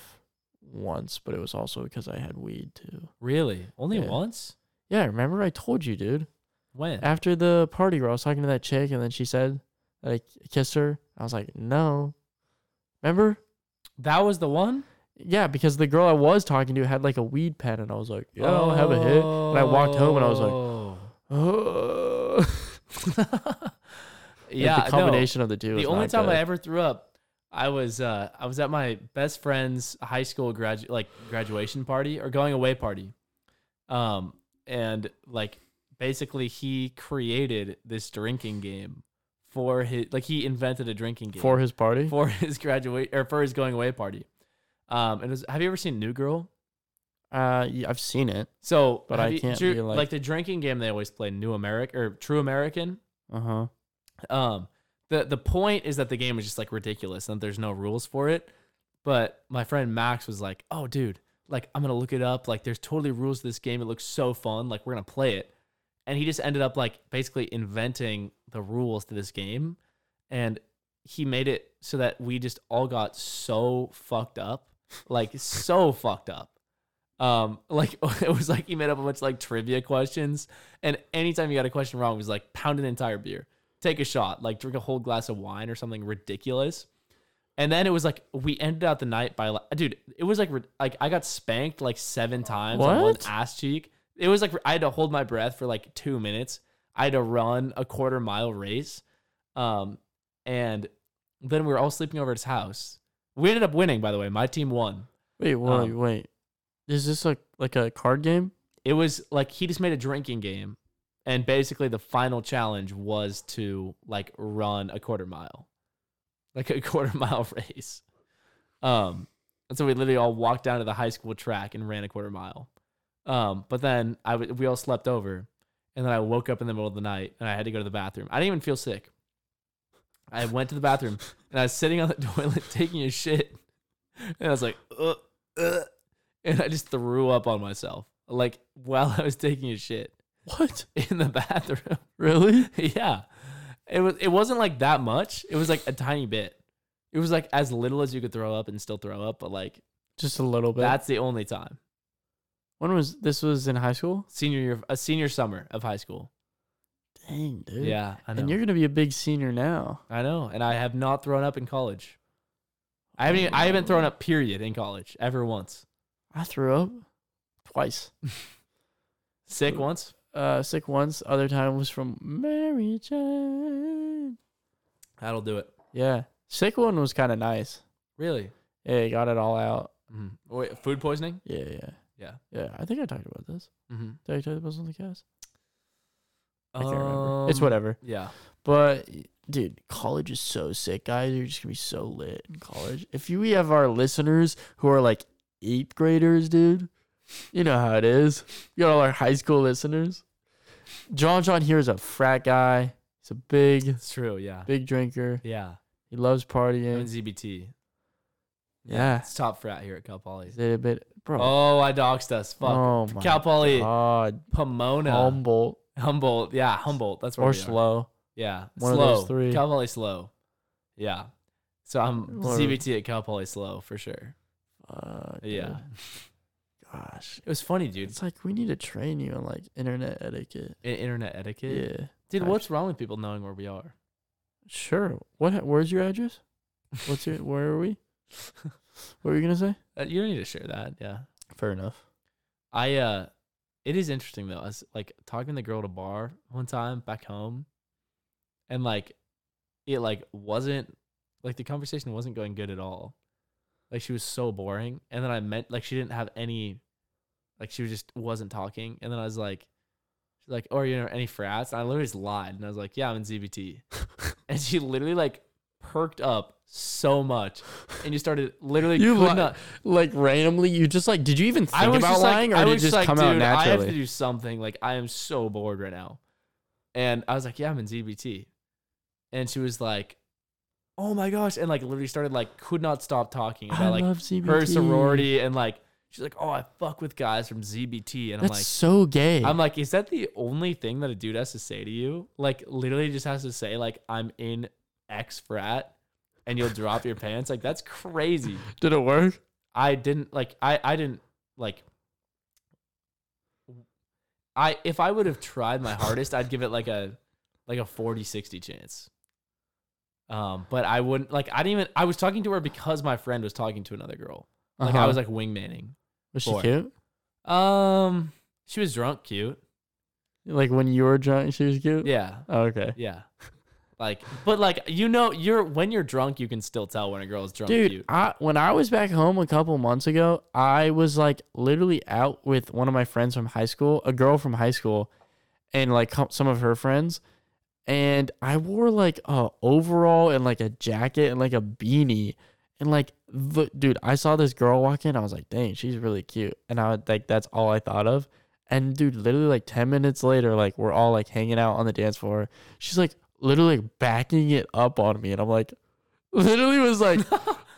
once, but it was also because I had weed too. Really? Only Yeah. once? Yeah, remember I told you, dude. When? After the party where I was talking to that chick and then she said that I kissed her. I was like, no. Remember? That was the one? Yeah, because the girl I was talking to had like a weed pen and I was like, yeah, I'll have a hit. And I walked home and I was like, oh. like Yeah, the combination of the two. No. was The only not time good. I ever threw up, I was uh I was at my best friend's high school gradu- like graduation party or going away party. Um and like basically he created this drinking game for his like he invented a drinking game for his party. for his graduate or for his going away party. Um, and it was, have you ever seen New Girl? uh, yeah, I've seen it. So, But have I you- can't Drew- be like- like the drinking game they always play, New American or True American. Uh Uh-huh. huh. Um, the the point is that the game is just like ridiculous and there's no rules for it. But my friend Max was like, "Oh, dude, like I'm gonna look it up. Like there's totally rules to this game. It looks so fun. Like we're gonna play it." And he just ended up like basically inventing the rules to this game, and he made it so that we just all got so fucked up, like so fucked up. Um, like it was like he made up a bunch of like trivia questions, and anytime you got a question wrong, it was like pound an entire beer, take a shot, like drink a whole glass of wine or something ridiculous. And then it was like we ended out the night by like, dude, it was like rid- like I got spanked like seven times on one What? ass cheek. It was like I had to hold my breath for like two minutes. I had to run a quarter mile race, um, and then we were all sleeping over at his house. We ended up winning, by the way. My team won. Wait, wait, Um, wait. Is this like Like a card game? It was like he just made a drinking game, and basically the final challenge was to like run a quarter mile, like a quarter mile race. Um, and so we literally all walked down to the high school track and ran a quarter mile. Um, but then I w- we all slept over, and then I woke up in the middle of the night and I had to go to the bathroom. I didn't even feel sick. I went to the bathroom and I was sitting on the toilet taking a shit, and I was like, uh, uh, and I just threw up on myself, like while I was taking a shit What? in the bathroom. Really? yeah, it was. It wasn't like that much. It was like a tiny bit. It was like as little as you could throw up and still throw up, but like Just a little bit. that's the only time. when was this was in high school? Senior year, a senior summer of high school. Dang, dude. Yeah, I know. And you're gonna be a big senior now. I know, and I have not thrown up in college. I haven't. Even, I haven't thrown up. Period. In college, ever once. I threw up twice. Sick once. Uh sick once, other time was from Mary Jane. That'll do it. Yeah. Sick one was kinda nice. Really. Yeah, it got it all out. Mhm. Wait, food poisoning. Yeah, yeah. Yeah. Yeah. I think I talked about this. Mm-hmm. Did I talk about this on the cast? I I can't remember. It's whatever. Um, Yeah. But dude, college is so sick, guys. You're just gonna be so lit in college. If you we have our listeners who are like eighth graders, dude, you know how it is. You got all our high school listeners. John John here is a frat guy. He's a big, It's true. Yeah. big drinker. Yeah. He loves I'm in partying. ZBT. Yeah. It's top frat here at Cal Poly. Is it a bit bro? Oh, I doxed us. Fuck. Oh my Cal Poly, God. Pomona, Humboldt Humboldt. Yeah, Humboldt. That's where or we are. slow. Yeah, One of slow. those three. Cal Poly slow. Yeah. So I'm Or- CBT at Cal Poly slow for sure. Fuck, Uh, Yeah. dude. Gosh. It was funny, dude. It's like we need to train you on like internet etiquette. I- Internet etiquette. Yeah. Dude, what's wrong with people knowing where we are? Sure. What? Where's your address? What's your? Where are we? What were you gonna say? Uh, you don't need to share that. Yeah. Fair enough. I uh it is interesting though. I was like talking to the girl at a bar one time back home and like it like wasn't like the conversation wasn't going good at all. Like she was so boring. And then I meant like she didn't have any like she was just wasn't talking. And then I was like she's like, Or you know, any frats? And I literally just lied and I was like, Yeah, I'm in ZBT. and she literally like perked up so much and you started literally You could li- not Like randomly, you just like. Did you even think about just like- lying, I or did it was just like, come out "Dude, I have to naturally? do something. Like I am so bored right now. And I was like, yeah, I'm in ZBT. And she was like, oh my gosh. And like literally started like could not stop talking about I like love ZBT. her sorority and like she's like, oh, I fuck with guys from ZBT. And I'm That's like, so gay. I'm like, is that the only thing that a dude has to say to you? Like, literally just has to say, like, I'm in X frat and you'll drop your pants. Like, that's crazy. did it work? I didn't like I I didn't like I if I would have tried my hardest, I'd give it like a like a 40-60 chance. Um, but I wouldn't like I didn't even I was talking to her because my friend was talking to another girl. Like I Uh-huh. was like wingmaning. Was she bored. cute? Um she was drunk cute. Like when you were drunk, she was cute. Yeah. Oh, okay. Yeah. Like but like you know you're when you're drunk you can still tell when a girl is drunk Dude, cute. I, when I was back home a couple months ago, I was like literally out with one of my friends from high school, a girl from high school, and like com- some of her friends. And I wore like a overall and like a jacket and like a beanie. And like, the, dude, I saw this girl walk in. I was like, dang, she's really cute. And I would like, that's all I thought of. And dude, literally like 10 minutes later, like we're all like hanging out on the dance floor. She's like literally like, backing it up on me. And I'm like, literally was like,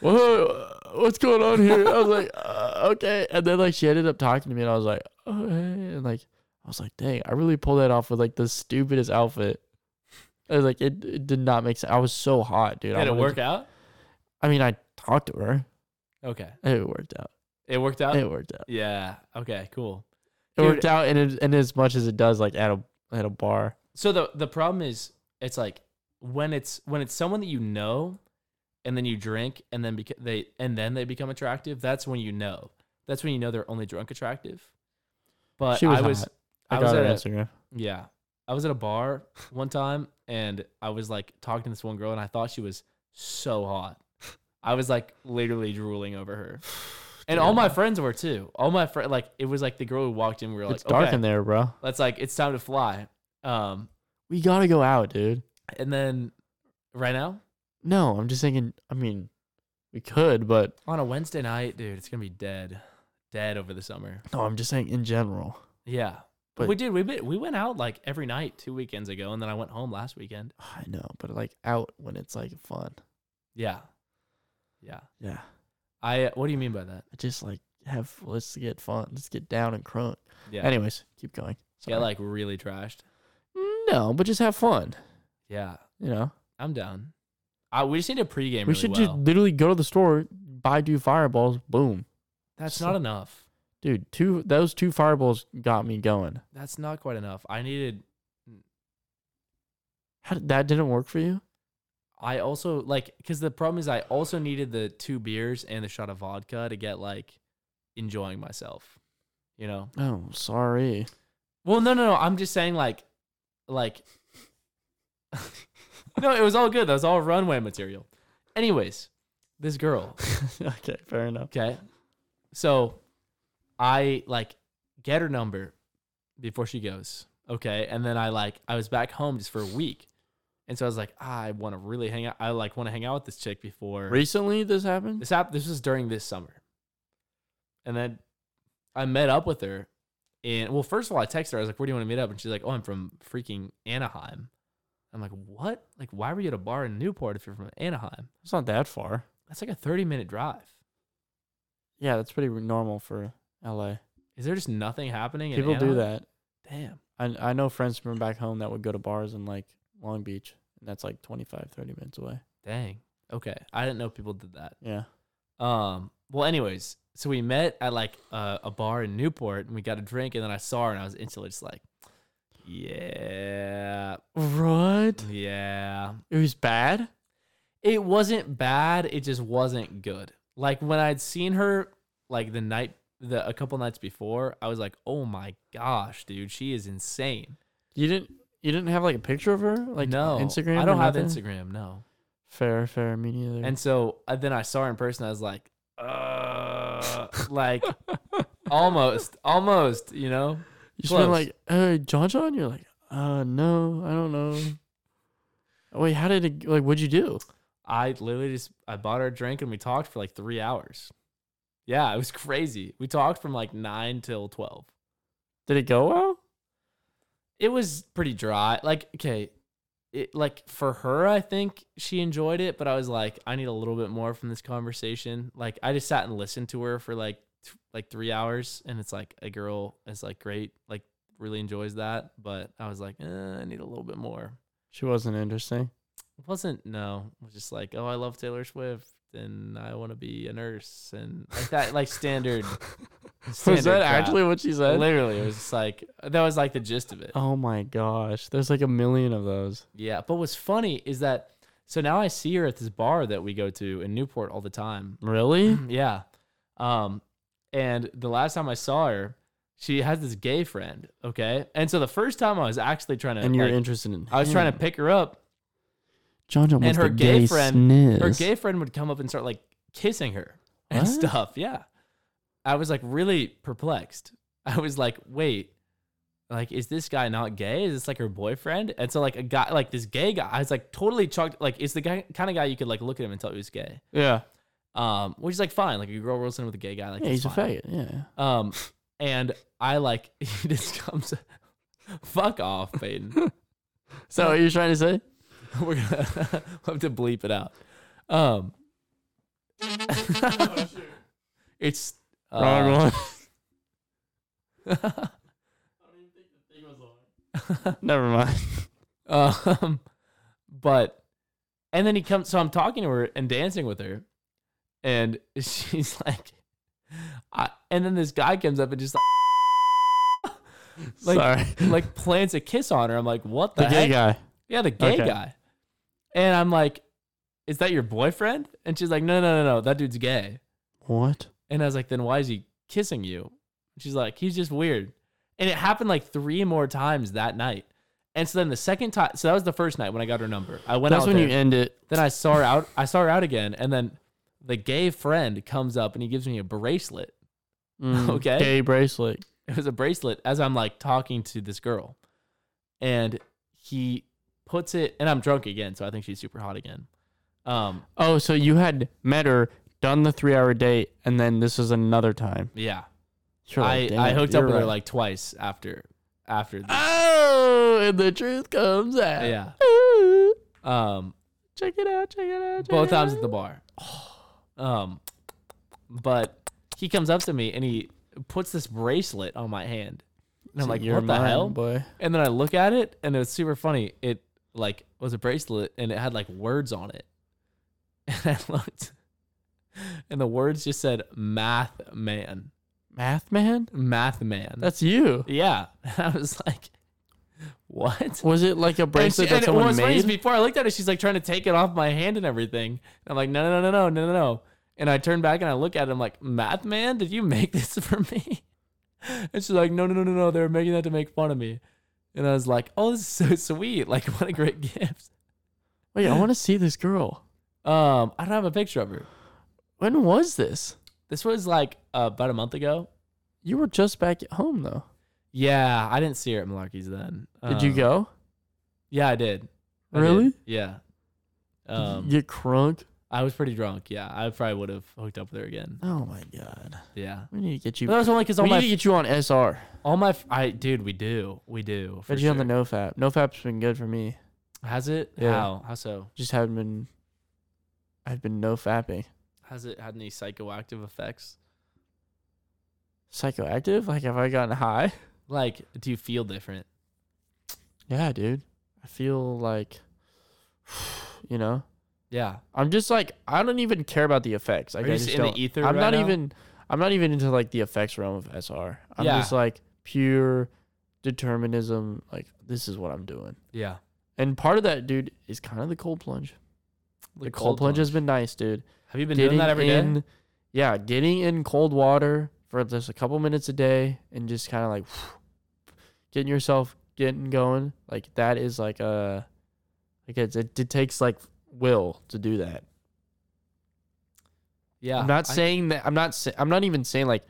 "Whoa, what's going on here?" I was like, uh, "Okay," and then like she ended up talking to me, and I was like, "Oh, hey," and like I was like, "Dang, I really pulled that off with like the stupidest outfit." I was like, it, it did not make sense. I was so hot, dude. I Did it wanted work to- out? I mean, I talked to her. Okay. It worked out. It worked out? It worked out. yeah. Okay, cool. It Uh, Dude. worked out, and it, and as much as it does, like at a at a bar. so the the problem is it's like when it's when it's someone that you know and then you drink and then beca- they and then they become attractive that's when you know that's when you know they're only drunk attractive but She was i was hot. i, I, was got her at a, Instagram. yeah. I was at a bar one time and I was like talking to this one girl and I thought she was so hot. I was like literally drooling over her. And all my friends were too. All my friends, like, it was like the girl who walked in. We were like, it's dark okay, in there, bro. That's like, it's time to fly. Um, We gotta go out, dude. and then right now No, I'm just thinking. I mean, we could, but on a Wednesday night, dude, it's gonna be dead, dead over the summer. no, I'm just saying in general. Yeah, but But- we did. We been, we went out like every night two weekends ago, and then I went home last weekend. I know, but like out when it's like fun. Yeah, yeah. Yeah, I. What do you mean by that? just like have let's get fun, let's get down and crunk. Yeah. Anyways, keep going. Get like really trashed. no, but just have fun. Yeah, You know, I'm down. I, we just need a pregame. really we should well. just literally go to the store, buy two fireballs, boom, That's not enough. dude. Two those two fireballs got me going. That's not quite enough. I needed. How, did- that didn't work for you. I also like because the problem is I also needed the two beers and the shot of vodka to get like enjoying myself. You know. Oh, sorry. Well, no, no, no. I'm just saying, like, like, no, it was all good. That was all runway material. Anyways, this girl. okay, fair enough. Okay, so I like get her number before she goes. Okay, and then I like I was back home just for a week, and so I was like, ah, I want to really hang out. I like want to hang out with this chick before Recently, this happened. this app this was during this summer and then i met up with her and well first of all i texted her i was like where do you want to meet up and she's like oh i'm from freaking anaheim i'm like what like why were you at a bar in newport if you're from anaheim It's not that far. that's like a 30 minute drive Yeah, that's pretty normal for LA. is there just nothing happening in People do Anaheim? that. damn I I know friends from back home that would go to bars in like Long Beach, and that's like 25, 30 minutes away. dang okay i didn't know people did that Yeah. Um. Well, anyways, so we met at like uh, a bar in Newport, and we got a drink, and then I saw her, and I was instantly just like, "Yeah, What? yeah." Mm-hmm. It was bad. It wasn't bad. It just wasn't good. Like when I'd seen her, like the night, the a couple nights before, I was like, "Oh my gosh, dude, she is insane." You didn't. You didn't have like a picture of her, like no, Instagram. I or don't have nothing? Instagram. No. Fair, fair. Me neither. And so uh, then I saw her in person. I was like, "Uh," like almost, almost, you know. you should have been close. like, "Hey, John, John." You're like, "Uh, no, I don't know." Wait, how did it? Like, what'd you do? I literally just I bought her a drink and we talked for like three hours. Yeah, it was crazy. We talked from like nine till twelve. Did it go well? It was pretty dry. Like okay, it like for her, I think she enjoyed it, but I was like, I need a little bit more from this conversation. Like I just sat and listened to her for like t- like three hours, and it's like a girl is like great, like really enjoys that, but I was like, eh, I need a little bit more. She wasn't interesting. It wasn't no. It was just like, oh, I love Taylor Swift and I want to be a nurse and like that, like standard. Was standard that crap. actually what she said? Literally, it was just like that was like the gist of it. Oh my gosh, there's like a million of those. Yeah, but what's funny is that so now I see her at this bar that we go to in Newport all the time. Really? Yeah, um, and the last time I saw her, she has this gay friend. Okay, and so the first time I was actually trying to, and you're like, interested in? I was trying to pick her up, John John and wants her the gay, gay friend, sniz. her gay friend would come up and start like kissing her and What? stuff. Yeah, I was like really perplexed. I was like, wait, like is this guy not gay? Is this like her boyfriend? And so like a guy, like this gay guy, I was like totally chucked. Like it's the guy, kind of guy you could like look at him and tell he was gay. Yeah. Um, which is like fine. Like a girl rolls in with a gay guy, like Yeah, that's he's a fine. faggot. Yeah. Um, and I like he just comes, fuck off, Peyton. Is that what you're trying to say? We're gonna we'll have to bleep it out. Um, it's uh, Uh, Never mind. Um, but and then he comes. So I'm talking to her and dancing with her, and she's like, I, and then this guy comes up and just like, like, Sorry. like plants a kiss on her. I'm like, what the, the gay heck? guy. Yeah, the gay Okay. guy. And I'm like, is that your boyfriend? And she's like, no, no, no, no, that dude's gay. What? And I was like, then why is he kissing you? And She's like, he's just weird. And it happened like three more times that night. And so then the second time, so that was the first night when I got her number. I went That's out when there. you end it. then I saw her out. I saw her out again. And then the gay friend comes up and he gives me a bracelet. Mm, Okay. Gay bracelet. It was a bracelet as I'm like talking to this girl. And he puts it and I'm drunk again, so I think she's super hot again. Um, Oh, so you had met her, done the three hour date, and then this is another time. yeah. You're like, I, I "Damn, hooked up you're with her right." like twice after after this. Oh, and the truth comes out. yeah. Ooh. Um Check it out, check it out. Check both it times out. at the bar. Um, but he comes up to me and he puts this bracelet on my hand, and I'm So like, you're "What the mine, hell?" boy? And then I look at it, and it was super funny. It like was a bracelet, and it had like words on it. And I looked, and the words just said "math man," Math man? "math man." That's you. yeah. And I was like, "What?" Was it like a And, she, bracelet and that it someone was funny is made? before I looked at it, she's like trying to take it off my hand and everything. And I'm like, no, no, no, no, no, no, no. And I turn back and I look at it. I'm like, math man, did you make this for me? And she's like, no, no, no, no, no. They were making that to make fun of me. And I was like, oh, this is so sweet. Like, what a great gift. Wait, I want to see this girl. Um, I don't have a picture of her. When was this? This was like uh, about a month ago. You were just back at home though. Yeah, I didn't see her at Malarkey's then. Did you Um, go? Yeah, I did. I did. Really? Yeah. Did Um, you get crunk? I was pretty drunk. Yeah, I probably would have hooked up with her again. Oh my god. Yeah. We need to get you. But that was only because all we my need to get you on SR. all my f- I dude, we do, we do. For Get you sure. on the NoFap. NoFap's been good for me. Has it? Yeah. How? How so? Just haven't been. I've been nofapping. Has it had any psychoactive effects? Psychoactive? Like, have I gotten high? Like, do you feel different? Yeah, dude. I feel like, you know, Yeah. I'm just like I don't even care about the effects. Like, Are you I just just in the don't- ether I'm right not now? even. I'm not even into like the effects realm of SR. I'm Yeah. just like pure determinism. Like this is what I'm doing. Yeah. And part of that, dude, is kind of the cold plunge. The, cold, plunge, has been nice, dude. Have you been doing that every day? in, Yeah, getting in cold water for just a couple minutes a day and just kind of like getting yourself getting going. Like that is like a like it's, it, it takes like will to do that. Yeah. I'm not I- saying that. I'm not. Sa- I'm not even saying like,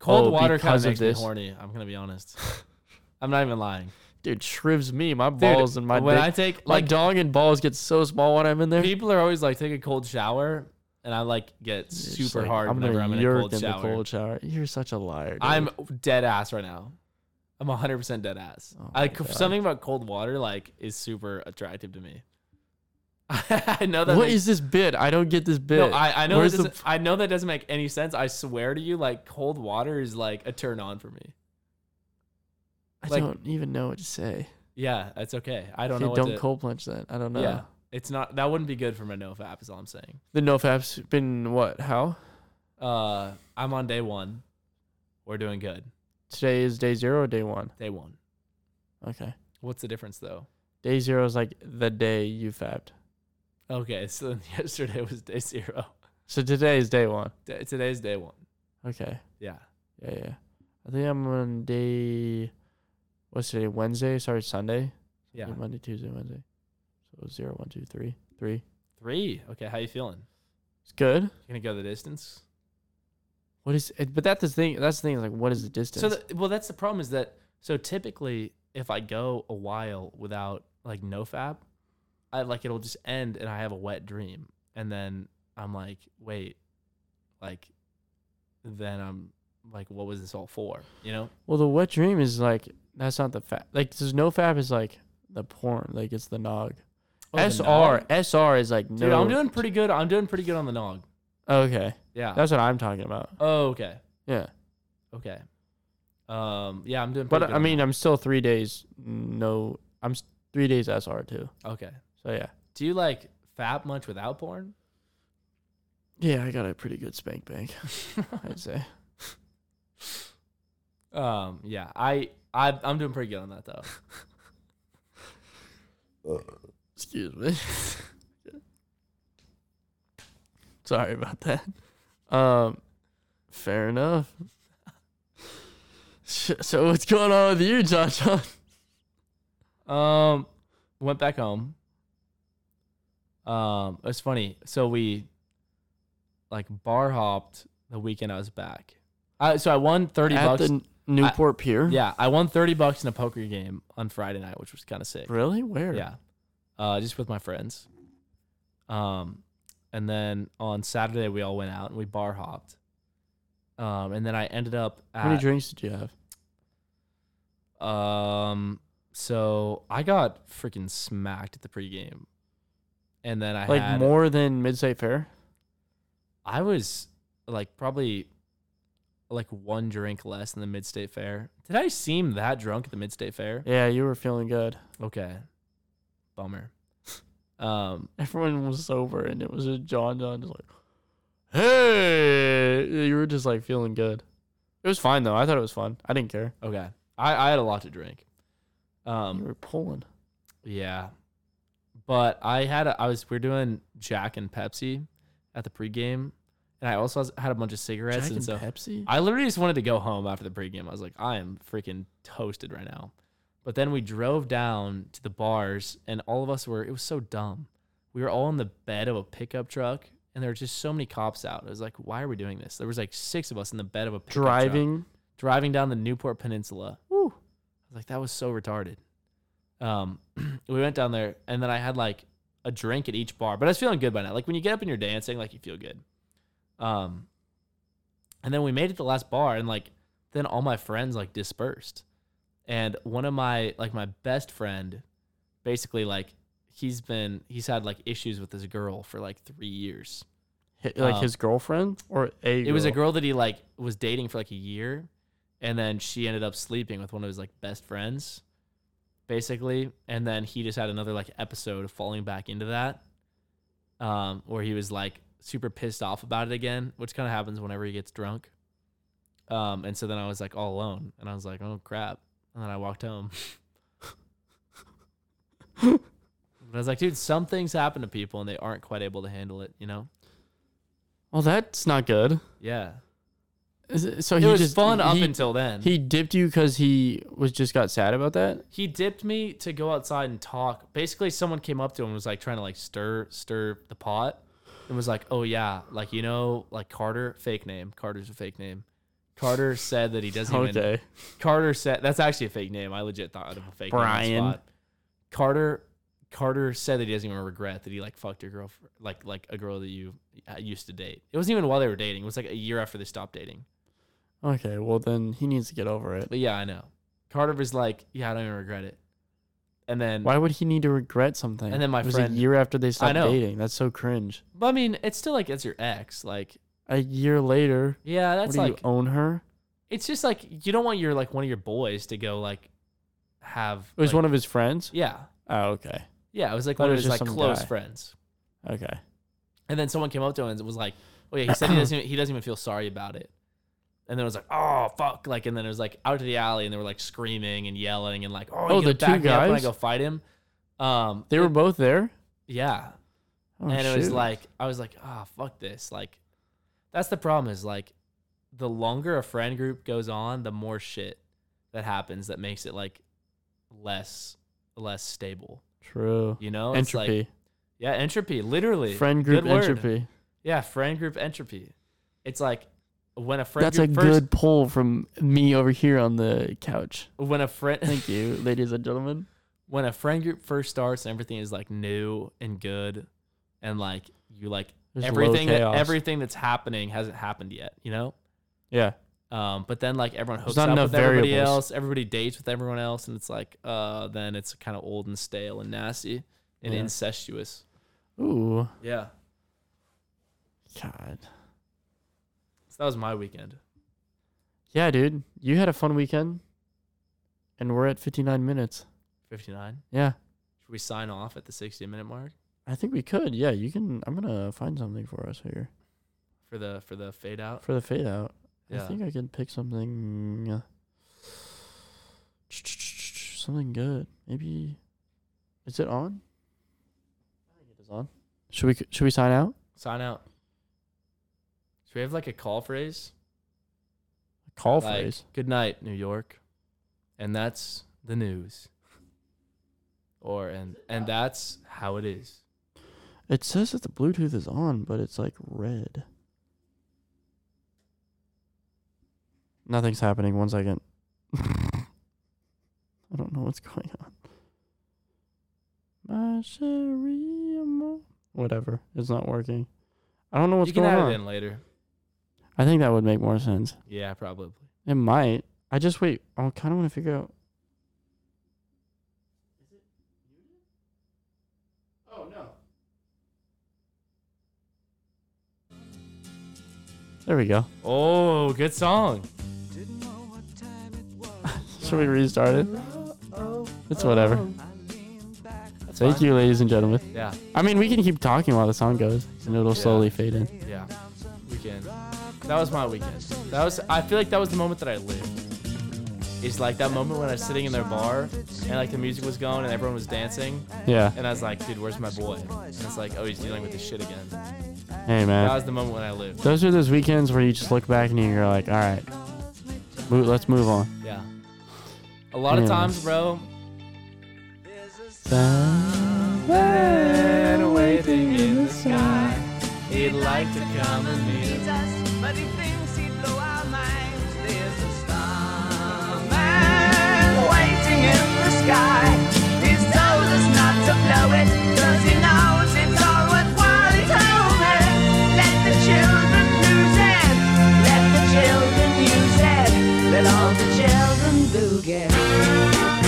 cold oh, water kind because of of makes me this. horny. I'm gonna be honest. I'm not even lying. dude, shrivs me. My Dude, balls and my when dick- I take my like dong and balls get so small when I'm in there. people are always like take a cold shower, and I like get It's just super like, hard I'm whenever gonna I'm in a yerk cold in shower. the cold shower. You're such a liar. dude. I'm dead ass right now. I'm 100% dead ass. Oh I, my God. something about cold water like is super attractive to me. I know that. What makes- is this bit? I don't get this bit. no, I, I know that Where's the doesn't, I know that doesn't make any sense. I swear to you, like cold water is like a turn on for me. I Like- don't even know what to say. Yeah, it's okay. I don't Okay, know. What don't to- cold plunge that. I don't know. Yeah, it's not. That wouldn't be good for my nofap. Is all I'm saying. The nofap's been what? How? Uh, I'm on day one. We're doing good. Today is day zero or day one? Day one. Okay. What's the difference though? Day zero is like the day you fapped. Okay, so then yesterday was day zero. So today is day one. Day, today's day one. Okay. Yeah. Yeah, yeah. I think I'm on day. What's today? Wednesday? Sorry, Sunday. Yeah. Monday, Tuesday, Wednesday. So zero, one, two, three, three. Three. Okay, how you feeling? It's good. You gonna go the distance? What is? It, but that's the thing. That's the thing. is, Like, what is the distance? So, the, well, that's the problem is that so typically if I go a while without like no fab, I like it'll just end and I have a wet dream and then I'm like, wait, like, then I'm like, what was this all for? You know? Well, the wet dream is like that's not the fab. Like there's no fab is like the porn. Like it's the nog. Oh, the SR nog? SR is like no. Dude, I'm doing pretty good. I'm doing pretty good on the nog. okay. Yeah. That's what I'm talking about. oh, okay. Yeah, Okay. Um. Yeah, I'm doing. Pretty but good I on mean, I'm still three days. No, I'm s- three days SR too. that. okay. So yeah. Do you like fab much without porn? Yeah, I got a pretty good spank bank. I'd say. Um, yeah, I, I, I'm doing pretty good on that though. Excuse me. Sorry about that. Um, fair enough. Sh- So what's going on with you, John? John? Um, went back home. Um, it's funny. So we, like bar hopped the weekend I was back. I, so I won thirty At bucks. the N- Newport Pier? yeah, I won thirty bucks in a poker game on Friday night, which was kind of sick. Really? Where? Yeah, uh, just with my friends. Um, and then on Saturday we all went out and we bar hopped. Um, and then I ended up at How many drinks did you have? Um, so I got freaking smacked at the pregame, and then I like had, more than Mid State Fair? I was like probably like one drink less than the mid state fair. Did I seem that drunk at the mid state fair? Yeah, you were feeling good. Okay, bummer. Um, Everyone was sober and it was just John John just like, hey. You were just like feeling good. It was fine though. I thought it was fun. I didn't care. okay, I I had a lot to drink. You Um, were pulling. yeah, but I had a, I was we are doing Jack and Pepsi at the pregame, and I also has- had a bunch of cigarettes and Jack and so. Pepsi? I literally just wanted to go home after the pregame. I was like, I am freaking toasted right now. But then we drove down to the bars, and all of us were, it was so dumb. We were all in the bed of a pickup truck, and there were just so many cops out. I was like, why are we doing this? There was like six of us in the bed of a pickup truck Driving. driving down the Newport Peninsula. Woo. I was like, that was so retarded. Um, we went down there, and then I had like a drink at each bar, but I was feeling good by now. Like when you get up and you're dancing, like you feel good. Um, and then we made it to the last bar, and like then all my friends like dispersed, and one of my like my best friend, basically like he's been he's had like issues with this girl for like three years. Hi- Like Um, his girlfriend or a It was a girl that he like was dating for like a year, and then she ended up sleeping with one of his like best friends, basically. And then he just had another like episode of falling back into that, um, where he was like super pissed off about it again, which kind of happens whenever he gets drunk. Um, and so then I was like all alone, and I was like, oh crap. And then I walked home. but I was like, dude, some things happen to people and they aren't quite able to handle it, you know? Well, Oh, that's not good. Yeah. Is it- So It he was just, fun up he- until then. He dipped you because he was just got sad about that. he dipped me to go outside and talk. Basically, someone came up to him and was like trying to like stir stir the pot, and was like, "Oh yeah, like you know, like Carter, fake name. Carter's a fake name. Carter said that he doesn't even. Okay. Carter said that's actually a fake name. I legit thought of a fake name. Brian. on the spot. Carter. Carter said that he doesn't even regret that he like fucked your girlfriend, like like a girl that you uh, used to date. It wasn't even while they were dating. It was like a year after they stopped dating. Okay. Well, then he needs to get over it. But yeah, I know. Carter was like, yeah, I don't even regret it. And then Why would he need to regret something? And then my it was friend- a year after they stopped know. dating. That's so cringe. But I mean, it's still like it's your ex. Like, A year later, yeah, what that's do like you own her? it's just like you don't want your like one of your boys to go like have. It was like- one of his friends. Yeah, Oh, okay, yeah. It was like Thought one it of was his like just some close guy. friends. okay. And then someone came up to him and was like, "Oh yeah," he said he doesn't. Even, he doesn't even feel sorry about it. And then it was like, "Oh fuck!" Like, and then it was like out to the alley, and they were like screaming and yelling and like, "Oh, Oh, you gonna the two back me up when I guys? go fight him." Um, They were both there. yeah, Oh, and it was shoot. like I was like, ah, fuck this. Like, that's the problem is like, the longer a friend group goes on, the more shit that happens that makes it like less less stable. true You know, It's like- entropy, yeah, entropy. Literally, friend group Good word. entropy. Yeah, friend group entropy. It's like when a friend That's a group first, good pull from me over here on the couch. when a friend Thank you, ladies and gentlemen. when a friend group first starts and everything is like new and good and like you like There's low everything that chaos. everything that's happening hasn't happened yet. You know. Yeah, Um, but then like everyone hooks not up enough with everybody variables. else, everybody dates with everyone else, and it's like uh then it's kind of old and stale and nasty and Yeah. incestuous. Ooh, Yeah. God. So that was my weekend. Yeah, dude, you had a fun weekend, and we're at 59 minutes. Fifty nine. Yeah, Should we sign off at the sixty minute mark I think we could. Yeah, you can. I'm gonna find something for us here for the for the fade out? for the fade out. I Yeah. think I can pick something. Something good. Maybe. Is it on? I think it is on. Should we should we sign out? Sign out. Should we have like a call phrase? Call like, phrase. Good night, New York. And that's the news. Or and and that's how it is. It says that the Bluetooth is on, but it's like red. Nothing's happening. One second. I don't know what's going on. My cherie amour- Whatever. It's not working. I don't know what's you can going add on. it in later. I think that would make more sense. Yeah, probably. It might. I just wait. I kind of want to figure out. Oh no! There we go. Oh, good song. Should we restart it? It's whatever. Thank you, ladies and gentlemen. Yeah, I mean, we can keep talking while the song goes, and it'll slowly fade in. yeah. Weekend. That was my weekend. That was. I feel like that was the moment that I lived. It's like that moment when I was sitting in their bar and like the music was going and everyone was dancing Yeah. and I was like, dude, where's my boy? And it's like, oh, he's dealing with this shit again. Hey, That man. was the moment when I lived. Those are those weekends where you just look back and you're like, all right, mo- let's move on. Yeah. A lot of Yeah. times, bro, Someone waiting in the sky. He'd like to come and meet us. but he thinks he'd blow our minds. There's a starman waiting in the sky. He's told us not to blow it, 'cause he knows it's all worthwhile. He's over. Let the children lose it. Let the children use it. Let all the children boogie.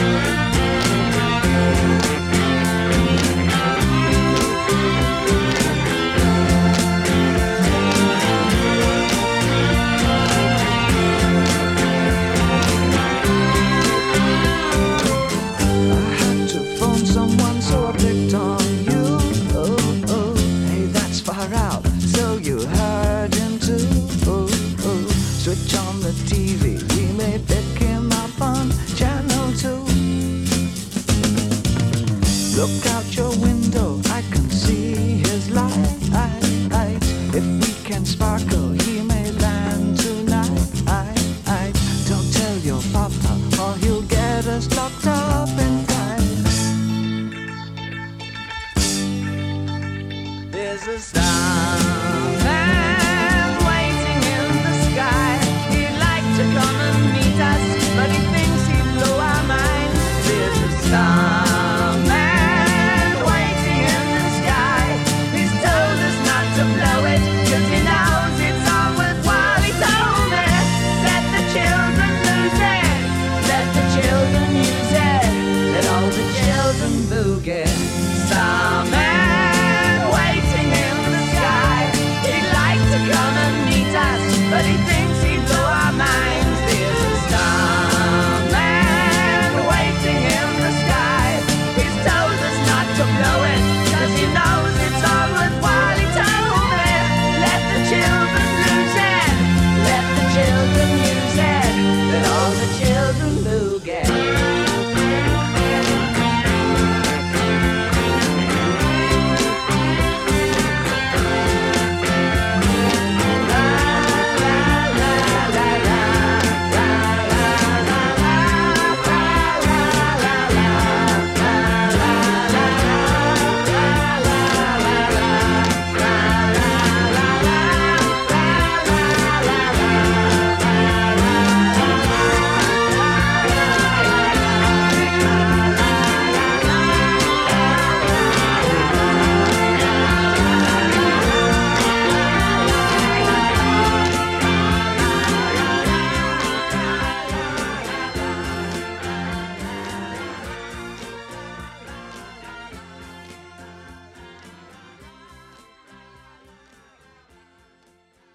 to phone someone, so I picked on you. Oh, oh, hey, that's far out. So you heard him too. Oh, oh, switch on the TV. We may pick him up on channel two. Look out your window, I can see his light. If we can sparkle, he may land tonight. Don't tell your papa, or he'll get us locked up in time. There's a starman waiting in the sky. He'd like to come and meet us, but he thinks he'd blow our minds. There's a starman waiting in the sky. He's told us not to blow it, 'cause he knows it's all worthwhile. He's over. Let the children lose it. Let the children use it. Let all the children boogie. Starman waiting in the sky. He'd like to come and meet us, but he thinks.